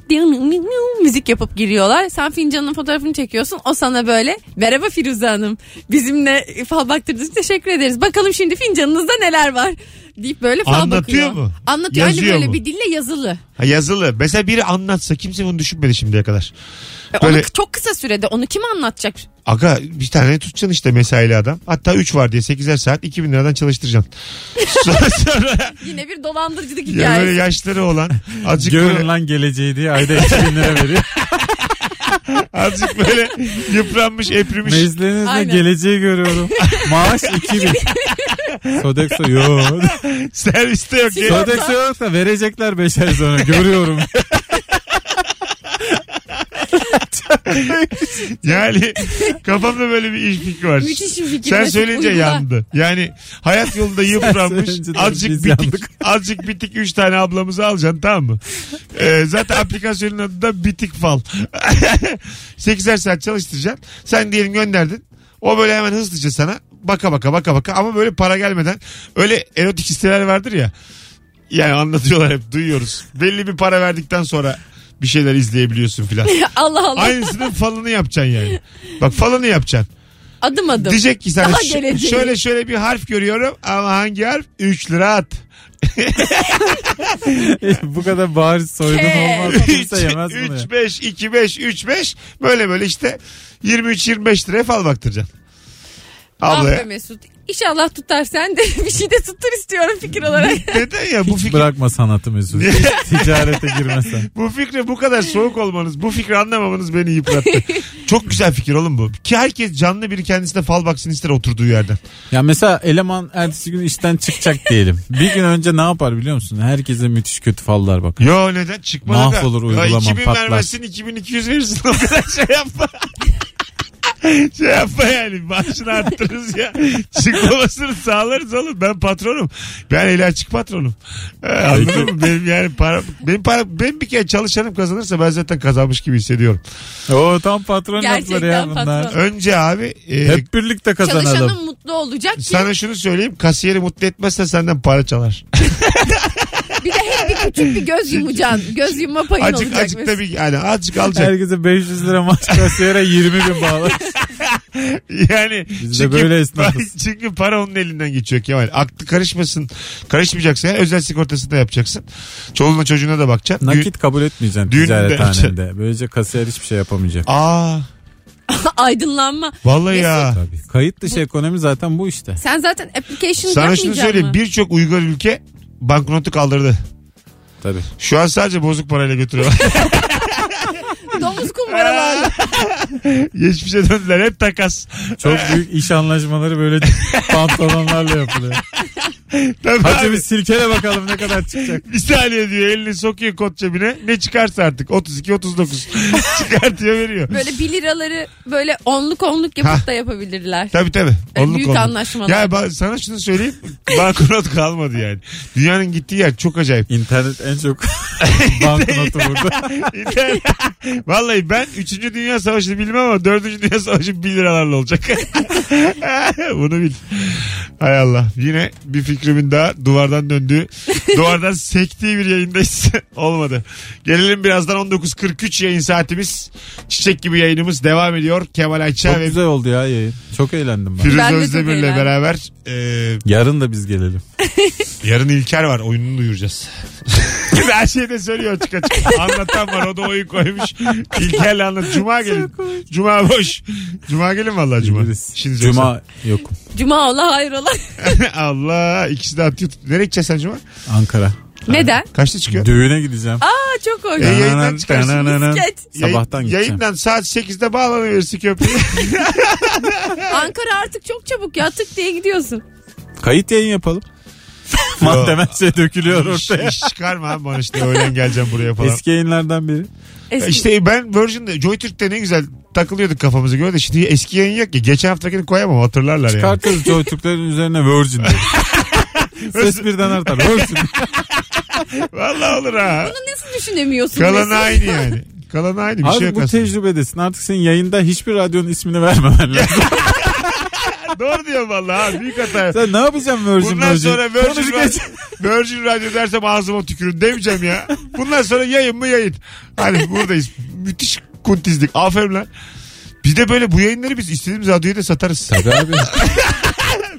[SPEAKER 3] müzik yapıp giriyorlar. Sen fincanın fotoğrafını çekiyorsun. O sana böyle merhaba Firuze Hanım. Bizimle fal baktırdığınız için teşekkür ederiz. Bakalım şimdi fincanınızda neler var deyip böyle fal
[SPEAKER 2] Anlatıyor
[SPEAKER 3] bakıyor.
[SPEAKER 2] mu?
[SPEAKER 3] Anlatıyor. Hani
[SPEAKER 2] Yazıyor
[SPEAKER 3] böyle
[SPEAKER 2] mu?
[SPEAKER 3] bir dille yazılı.
[SPEAKER 2] Ha, yazılı. Mesela biri anlatsa kimse bunu düşünmedi şimdiye kadar.
[SPEAKER 3] E,
[SPEAKER 2] Böyle-
[SPEAKER 3] Onu k- çok kısa sürede onu kim anlatacak?
[SPEAKER 2] Aga bir tane tutacaksın işte mesaili adam. Hatta 3 var diye 8'er saat 2000 liradan çalıştıracaksın. Sonra, sonra
[SPEAKER 3] Yine bir dolandırıcılık
[SPEAKER 2] ya
[SPEAKER 3] hikayesi.
[SPEAKER 2] böyle yaşları olan azıcık böyle,
[SPEAKER 4] Görün lan geleceği diye ayda 2000 lira veriyor.
[SPEAKER 2] azıcık böyle yıpranmış eprimiş.
[SPEAKER 4] Meclisinizde
[SPEAKER 3] Aynen.
[SPEAKER 4] geleceği görüyorum. Maaş 2000. Sodexo yok.
[SPEAKER 2] Serviste yok. Gel-
[SPEAKER 4] Sodexo yok da verecekler 5 ay sonra görüyorum.
[SPEAKER 2] Yani kafamda böyle bir iş fikri var.
[SPEAKER 3] Müthiş bir fikir.
[SPEAKER 2] Sen
[SPEAKER 3] Mesut,
[SPEAKER 2] söyleyince
[SPEAKER 3] uygula.
[SPEAKER 2] yandı. Yani hayat yolunda yıpranmış
[SPEAKER 4] söyleyince de
[SPEAKER 2] azıcık
[SPEAKER 4] biz
[SPEAKER 2] bitik
[SPEAKER 4] yandık.
[SPEAKER 2] azıcık bitik 3 tane ablamızı alacaksın tamam mı? Ee, zaten aplikasyonun adı da bitik fal. 8'er saat çalıştıracaksın. Sen diyelim gönderdin. O böyle hemen hızlıca sana baka baka baka baka ama böyle para gelmeden öyle erotik siteler vardır ya. Yani anlatıyorlar hep duyuyoruz. Belli bir para verdikten sonra bir şeyler izleyebiliyorsun filan.
[SPEAKER 3] Allah Allah.
[SPEAKER 2] Aynısının falını yapacaksın yani. Bak falını yapacaksın.
[SPEAKER 3] Adım adım.
[SPEAKER 2] Diyecek ki sana
[SPEAKER 3] Daha
[SPEAKER 2] "Ş-
[SPEAKER 3] geleceği."
[SPEAKER 2] şöyle şöyle bir harf görüyorum ama hangi harf? 3 lira at.
[SPEAKER 4] Bu kadar bariz soygun
[SPEAKER 3] Ke-
[SPEAKER 4] olmaz.
[SPEAKER 2] 3,
[SPEAKER 4] Kimse yemez bunu ya.
[SPEAKER 2] 5, 2, 5, 3, 5 böyle böyle işte 23-25 liraya fal baktıracaksın.
[SPEAKER 3] Ah be
[SPEAKER 2] Abla
[SPEAKER 3] Mesut. İnşallah tutar sen de bir şey de tuttur istiyorum fikir olarak.
[SPEAKER 2] neden ya bu fikir
[SPEAKER 4] Bırakma sanatı Mesut. Ticarete girmesen.
[SPEAKER 2] Bu fikre bu kadar soğuk olmanız, bu fikri anlamamanız beni yıprattı. Çok güzel fikir oğlum bu. Ki herkes canlı biri kendisine fal baksın ister oturduğu yerden.
[SPEAKER 4] Ya mesela eleman ertesi gün işten çıkacak diyelim. Bir gün önce ne yapar biliyor musun? Herkese müthiş kötü fallar bakar.
[SPEAKER 2] Yo neden çıkmadı
[SPEAKER 4] Mahvolur
[SPEAKER 2] Ya
[SPEAKER 4] uygulama,
[SPEAKER 2] 2000
[SPEAKER 4] patlar.
[SPEAKER 2] vermezsin 2200 verirsin o kadar şey yapma. şey yapma yani maaşını arttırırız ya. Çıkmamasını sağlarız oğlum. Ben patronum. Ben el açık patronum. Ee, anladın mı? Benim yani para, benim para, benim bir kere çalışanım kazanırsa ben zaten kazanmış gibi hissediyorum.
[SPEAKER 4] O tam patron
[SPEAKER 3] Gerçekten
[SPEAKER 4] yaptılar ya bunlar.
[SPEAKER 3] patron.
[SPEAKER 2] Önce abi e,
[SPEAKER 4] Hep birlikte kazanalım.
[SPEAKER 3] Çalışanın mutlu olacak ki
[SPEAKER 2] Sana şunu söyleyeyim kasiyeri mutlu etmezse senden para çalar.
[SPEAKER 3] bir de hep bir küçük bir göz yumacaksın. Göz yumma payın
[SPEAKER 2] Acık
[SPEAKER 3] olacak.
[SPEAKER 2] acık
[SPEAKER 3] Mesut.
[SPEAKER 2] tabii yani azıcık alacak.
[SPEAKER 4] Herkese 500 lira maaş kasiyere 20 bin bağlar.
[SPEAKER 2] yani
[SPEAKER 4] de böyle esnafız.
[SPEAKER 2] çünkü para onun elinden geçiyor Kemal. Aklı karışmasın. Karışmayacaksa yani özel sigortasını da yapacaksın. Çoluğuna çocuğuna da bakacaksın. Gün-
[SPEAKER 4] Nakit kabul etmeyeceksin
[SPEAKER 2] Düğünde-
[SPEAKER 4] ticarethanende. Böylece kasiyer hiçbir şey yapamayacak.
[SPEAKER 2] Aa
[SPEAKER 3] Aydınlanma.
[SPEAKER 2] vallahi ya.
[SPEAKER 4] Tabii. Kayıt dışı ekonomi zaten bu işte.
[SPEAKER 3] Sen zaten application
[SPEAKER 2] Sana şunu
[SPEAKER 3] yapmayacaksın
[SPEAKER 2] söyleyeyim.
[SPEAKER 3] mı?
[SPEAKER 2] Birçok uygar ülke banknotu kaldırdı.
[SPEAKER 4] Tabii.
[SPEAKER 2] Şu an sadece bozuk parayla götürüyorlar.
[SPEAKER 3] Domuz kumbaralarla.
[SPEAKER 2] Geçmişe döndüler. Hep takas.
[SPEAKER 4] Çok büyük iş anlaşmaları böyle pantolonlarla yapılıyor.
[SPEAKER 2] Tabii
[SPEAKER 4] Hadi
[SPEAKER 2] abi.
[SPEAKER 4] bir silkele bakalım ne kadar çıkacak.
[SPEAKER 2] Bir saniye diyor elini sokuyor kot cebine. Ne çıkarsa artık 32-39 çıkartıyor veriyor.
[SPEAKER 3] Böyle 1 liraları böyle onluk onluk yapıp da yapabilirler.
[SPEAKER 2] Tabii tabii.
[SPEAKER 3] E,
[SPEAKER 2] Onluk
[SPEAKER 3] büyük
[SPEAKER 2] onluk.
[SPEAKER 3] anlaşmalar.
[SPEAKER 2] Ya ben sana şunu söyleyeyim. Banknot kalmadı yani. Dünyanın gittiği yer çok acayip.
[SPEAKER 4] İnternet en çok banknotu burada.
[SPEAKER 2] İnternet- Vallahi ben 3. Dünya Savaşı'nı bilmem ama 4. Dünya Savaşı 1 liralarla olacak. Bunu bil. Hay Allah. Yine bir fikrimin daha duvardan döndüğü, duvardan sektiği bir yayındayız. Olmadı. Gelelim birazdan 19.43 yayın saatimiz. Çiçek gibi yayınımız devam ediyor. Kemal Ayça
[SPEAKER 4] Çok
[SPEAKER 2] ve
[SPEAKER 4] güzel oldu ya yayın. Çok eğlendim ben.
[SPEAKER 2] Firuze
[SPEAKER 3] Ben de çok
[SPEAKER 2] Özdemir'le
[SPEAKER 3] eğlendim.
[SPEAKER 2] beraber e,
[SPEAKER 4] Yarın da biz gelelim.
[SPEAKER 2] Yarın İlker var oyununu duyuracağız. Her şeyi de söylüyor açık açık. Anlatan var o da oyun koymuş. İlker'le anlat. Cuma gelin. Cuma boş. Cuma gelin vallahi cuma.
[SPEAKER 4] Geliriz.
[SPEAKER 2] İşiniz yoksa.
[SPEAKER 4] Cuma yok.
[SPEAKER 3] Cuma ola hayrola.
[SPEAKER 2] Allah ikisi de atıyor. Nereye gideceksin sen cuma?
[SPEAKER 4] Ankara.
[SPEAKER 3] Neden?
[SPEAKER 2] Kaçta çıkıyor?
[SPEAKER 4] Düğüne gideceğim.
[SPEAKER 3] Aa çok hoş.
[SPEAKER 2] E, yayından
[SPEAKER 4] Tanan,
[SPEAKER 2] çıkarsın,
[SPEAKER 4] tanan,
[SPEAKER 3] misket.
[SPEAKER 2] Yayın-
[SPEAKER 4] Sabahtan gideceğim.
[SPEAKER 2] Yayından saat 8'de bağlanıversin köprüye.
[SPEAKER 3] Ankara artık çok çabuk ya tık diye gidiyorsun.
[SPEAKER 4] Kayıt yayın yapalım. Madem her şey dökülüyor
[SPEAKER 2] iş,
[SPEAKER 4] ortaya.
[SPEAKER 2] iş çıkarma abi bana işte öğlen geleceğim buraya falan.
[SPEAKER 4] Eski yayınlardan biri.
[SPEAKER 3] Eski-
[SPEAKER 2] İşte ben Virgin'de JoyTürk'te ne güzel takılıyorduk kafamızı göre de şimdi eski yayın yok ya. Geçen haftakini koyamam hatırlarlar yani.
[SPEAKER 4] Çıkartırız Joytürk'lerin üzerine Virgin diye. Ses birden artar. Virgin.
[SPEAKER 2] Vallahi olur ha.
[SPEAKER 3] Bunu nasıl düşünemiyorsun?
[SPEAKER 2] Kalan
[SPEAKER 3] Mesut?
[SPEAKER 2] aynı yani. Kalan aynı bir
[SPEAKER 4] Abi
[SPEAKER 2] şey yok
[SPEAKER 4] bu
[SPEAKER 2] aslında.
[SPEAKER 4] tecrübedesin. Artık senin yayında hiçbir radyonun ismini vermemen lazım.
[SPEAKER 2] Doğru diyor vallahi ha, büyük hata.
[SPEAKER 4] Sen ne yapacaksın Virgin
[SPEAKER 2] Bundan
[SPEAKER 4] Virgin?
[SPEAKER 2] sonra Virgin,
[SPEAKER 4] Konuş
[SPEAKER 2] Ra-
[SPEAKER 4] geç.
[SPEAKER 2] Virgin Radyo dersem ağzıma tükürün demeyeceğim ya. Bundan sonra yayın mı yayın. Hani buradayız. Müthiş kuntizlik. Aferin lan. Biz de böyle bu yayınları biz istediğimiz radyoya da satarız.
[SPEAKER 4] Tabii abi.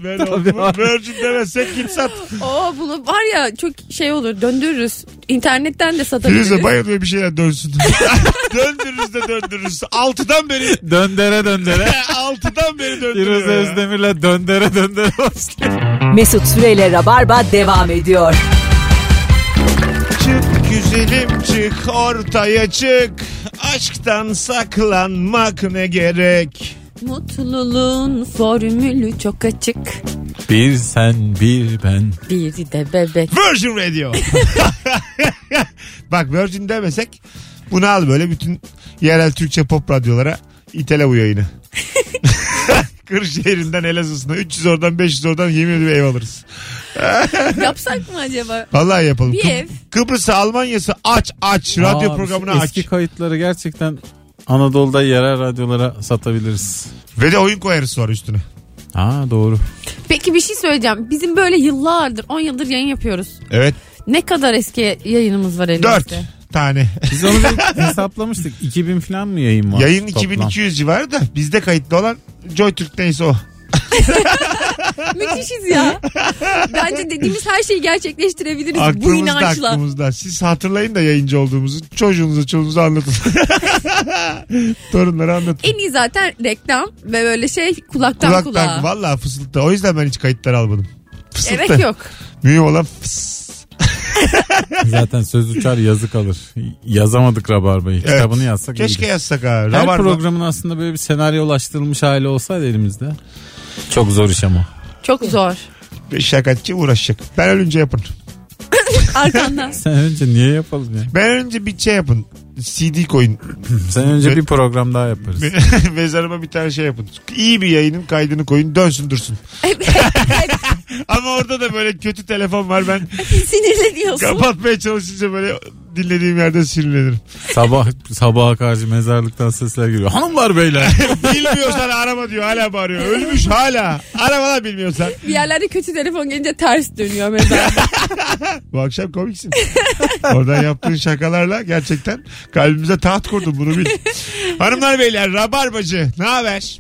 [SPEAKER 2] Böyle
[SPEAKER 4] Tabii
[SPEAKER 2] oldu mu?
[SPEAKER 4] abi.
[SPEAKER 2] Virgin demezsek git sat.
[SPEAKER 3] Oo bunu var ya çok şey olur döndürürüz. İnternetten de
[SPEAKER 2] Firuze
[SPEAKER 3] satabiliriz.
[SPEAKER 2] bayılıyor bir şeyler dönsün. döndürürüz de döndürürüz. Altıdan beri
[SPEAKER 4] Döndere döndere.
[SPEAKER 2] altıdan beri döndürüyor.
[SPEAKER 4] Firuze
[SPEAKER 2] ya.
[SPEAKER 4] Özdemir'le döndere döndere başlıyor.
[SPEAKER 1] Mesut Süreyle Rabarba devam ediyor.
[SPEAKER 2] Çık güzelim çık ortaya çık. Aşktan saklanmak ne gerek?
[SPEAKER 3] Mutluluğun formülü çok açık.
[SPEAKER 4] Bir sen bir ben.
[SPEAKER 3] Bir de bebek.
[SPEAKER 2] Virgin Radio. Bak Virgin demesek bunu al böyle bütün yerel Türkçe pop radyolara itele bu yayını. Kırşehir'inden Elazığ'sına 300 oradan 500 oradan yemin ediyorum ev alırız.
[SPEAKER 3] Yapsak mı acaba?
[SPEAKER 2] Vallahi yapalım.
[SPEAKER 3] Bir ev.
[SPEAKER 2] Kıbrıs'ı Almanya'sı aç aç radyo
[SPEAKER 4] Aa,
[SPEAKER 2] programını
[SPEAKER 4] biz
[SPEAKER 2] aç.
[SPEAKER 4] Eski kayıtları gerçekten Anadolu'da yerel radyolara satabiliriz.
[SPEAKER 2] Ve de oyun koyarız sonra üstüne.
[SPEAKER 4] Ha doğru.
[SPEAKER 3] Peki bir şey söyleyeceğim. Bizim böyle yıllardır 10 yıldır yayın yapıyoruz.
[SPEAKER 2] Evet.
[SPEAKER 3] Ne kadar eski yayınımız var elimizde?
[SPEAKER 2] 4 tane.
[SPEAKER 4] Biz onu bir hesaplamıştık. 2000 falan mı yayın var?
[SPEAKER 2] Yayın
[SPEAKER 4] toplam?
[SPEAKER 2] 2200 civarı da bizde kayıtlı olan Joytürk neyse o.
[SPEAKER 3] Müthişiz ya. Bence dediğimiz her şeyi gerçekleştirebiliriz bu
[SPEAKER 2] Aklımızda
[SPEAKER 3] inançla.
[SPEAKER 2] aklımızda. Siz hatırlayın da yayıncı olduğumuzu. Çocuğunuza çocuğunuza anlatın. Torunlara anlatın.
[SPEAKER 3] En iyi zaten reklam ve böyle şey kulaktan,
[SPEAKER 2] Kulak
[SPEAKER 3] kulağa.
[SPEAKER 2] tak valla fısıltı. O yüzden ben hiç kayıtlar almadım. Fısıltı.
[SPEAKER 3] Gerek yok.
[SPEAKER 2] Mühim olan fıs.
[SPEAKER 4] Zaten söz uçar yazı kalır. Yazamadık Rabarba'yı. Kitabını yazsak
[SPEAKER 2] Keşke
[SPEAKER 4] iyiydi.
[SPEAKER 2] yazsak ha.
[SPEAKER 4] Her
[SPEAKER 2] Rabarba.
[SPEAKER 4] programın aslında böyle bir senaryolaştırılmış hali olsaydı elimizde. Çok zor iş ama.
[SPEAKER 3] Çok zor.
[SPEAKER 2] Şakatçı uğraşacak. Ben ölünce yapın.
[SPEAKER 3] Arkandan.
[SPEAKER 4] Sen önce niye yapalım ya?
[SPEAKER 2] Ben ölünce bir şey yapın. CD koyun.
[SPEAKER 4] Sen önce bir program daha yaparız.
[SPEAKER 2] Mezarıma bir tane şey yapın. İyi bir yayının kaydını koyun. Dönsün dursun. Ama orada da böyle kötü telefon var. Ben
[SPEAKER 3] Sinirleniyorsun.
[SPEAKER 2] kapatmaya çalışınca böyle dinlediğim yerde sinirlenirim.
[SPEAKER 4] Sabah sabaha karşı mezarlıktan sesler geliyor. Hanımlar beyler.
[SPEAKER 2] Bilmiyorsan arama diyor. Hala bağırıyor. Ölmüş hala. Arama lan bilmiyorsan.
[SPEAKER 3] Bir yerlerde kötü telefon gelince ters dönüyor mesela.
[SPEAKER 2] Bu akşam komiksin. Oradan yaptığın şakalarla gerçekten kalbimize taht kurdun bunu bil. Hanımlar beyler Rabarbacı ne haber?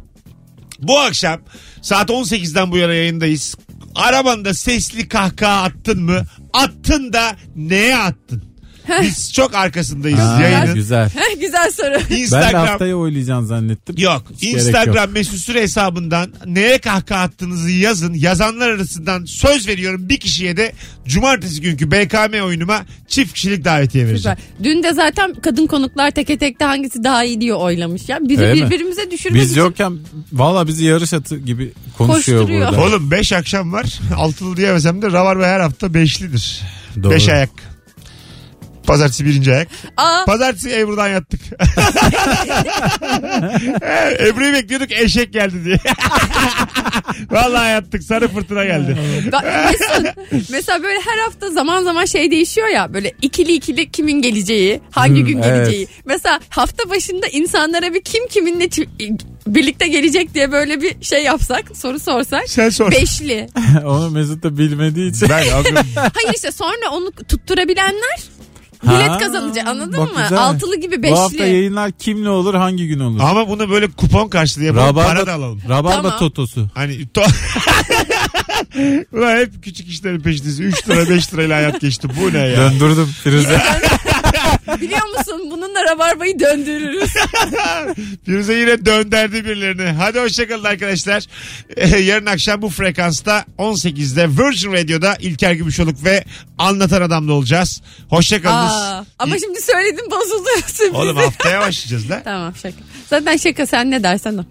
[SPEAKER 2] Bu akşam saat 18'den bu yana yayındayız. Arabanda sesli kahkaha attın mı? Attın da neye attın? Biz çok arkasındayız
[SPEAKER 4] Aa,
[SPEAKER 2] yayının.
[SPEAKER 4] güzel.
[SPEAKER 3] Güzel soru.
[SPEAKER 4] Ben de
[SPEAKER 2] Instagram
[SPEAKER 4] haftaya oylayacaksın zannettim.
[SPEAKER 2] Yok.
[SPEAKER 4] gerek
[SPEAKER 2] Instagram mesut süre hesabından neye kahkaha attığınızı yazın. Yazanlar arasından söz veriyorum bir kişiye de cumartesi günkü BKM oyunuma çift kişilik davetiye vereceğim.
[SPEAKER 3] Süper. Dün de zaten kadın konuklar teke tekte hangisi daha iyi diye oylamış ya. Bizi
[SPEAKER 4] Öyle mi?
[SPEAKER 3] birbirimize düşürmek
[SPEAKER 4] Biz
[SPEAKER 3] için
[SPEAKER 4] yokken valla bizi yarış atı gibi konuşuyor
[SPEAKER 3] Koşturuyor.
[SPEAKER 4] burada.
[SPEAKER 2] Oğlum 5 akşam var. Altılı diyemesem de Ravarba her hafta beşlidir.
[SPEAKER 4] Doğru.
[SPEAKER 2] 5 ayak. Pazartesi birinci ayak.
[SPEAKER 3] Aa,
[SPEAKER 2] Pazartesi Ebru'dan yattık. Ebru'yu bekliyorduk eşek geldi diye. Vallahi yattık sarı fırtına geldi.
[SPEAKER 3] ben- Mesut, mesela böyle her hafta zaman zaman şey değişiyor ya böyle ikili ikili kimin geleceği hangi
[SPEAKER 4] Hmm,
[SPEAKER 3] gün
[SPEAKER 4] evet.
[SPEAKER 3] geleceği mesela hafta başında insanlara bir kim kiminle çi- birlikte gelecek diye böyle bir şey yapsak soru sorsak
[SPEAKER 2] Sen sor.
[SPEAKER 3] beşli
[SPEAKER 4] Onu Mesut da bilmediği için.
[SPEAKER 2] Ben abi
[SPEAKER 3] hayır işte sonra onu tutturabilenler
[SPEAKER 4] Ha.
[SPEAKER 3] bilet kazanacak anladın
[SPEAKER 4] Bak
[SPEAKER 3] mı
[SPEAKER 4] güzel.
[SPEAKER 3] altılı gibi
[SPEAKER 4] Bu hafta
[SPEAKER 3] beşli
[SPEAKER 4] yayınlar kimle olur hangi gün olur?
[SPEAKER 2] Ama bunu böyle kupon karşılığı yapalım. Para da alalım.
[SPEAKER 4] Rabarba
[SPEAKER 3] Tamam.
[SPEAKER 4] totosu.
[SPEAKER 2] Hani to- Ulan hep küçük işlerin peşindesin. 3 lira 5 lirayla hayat geçti. Bu ne ya?
[SPEAKER 4] Döndürdüm Firuze.
[SPEAKER 3] biliyor musun bununla rabarbayı döndürürüz
[SPEAKER 2] Firuze yine dönderdi birilerini. Hadi hoşçakalın arkadaşlar. Ee, yarın akşam bu frekansta 18'de Virgin Radio'da İlker Gümüşoluk ve Anlatan Adam'la olacağız.
[SPEAKER 3] Aa,
[SPEAKER 2] Hoşçakalınız.
[SPEAKER 3] ama
[SPEAKER 2] İyi-
[SPEAKER 3] şimdi söyledim bozuldu sürprizi.
[SPEAKER 2] Oğlum haftaya başlayacağız lan.
[SPEAKER 3] Tamam şaka. Zaten şaka sen ne dersen o.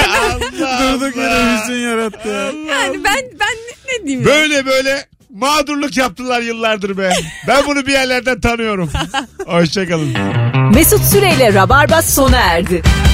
[SPEAKER 2] Allah
[SPEAKER 4] Durduk yere hüzün yarattı. ya.
[SPEAKER 3] Yani ben ben ne, ne diyeyim?
[SPEAKER 2] Böyle böyle mağdurluk yaptılar yıllardır be. Ben bunu bir yerlerden tanıyorum. Hoşçakalın.
[SPEAKER 1] Mesut Süreyle Rabarba sona erdi.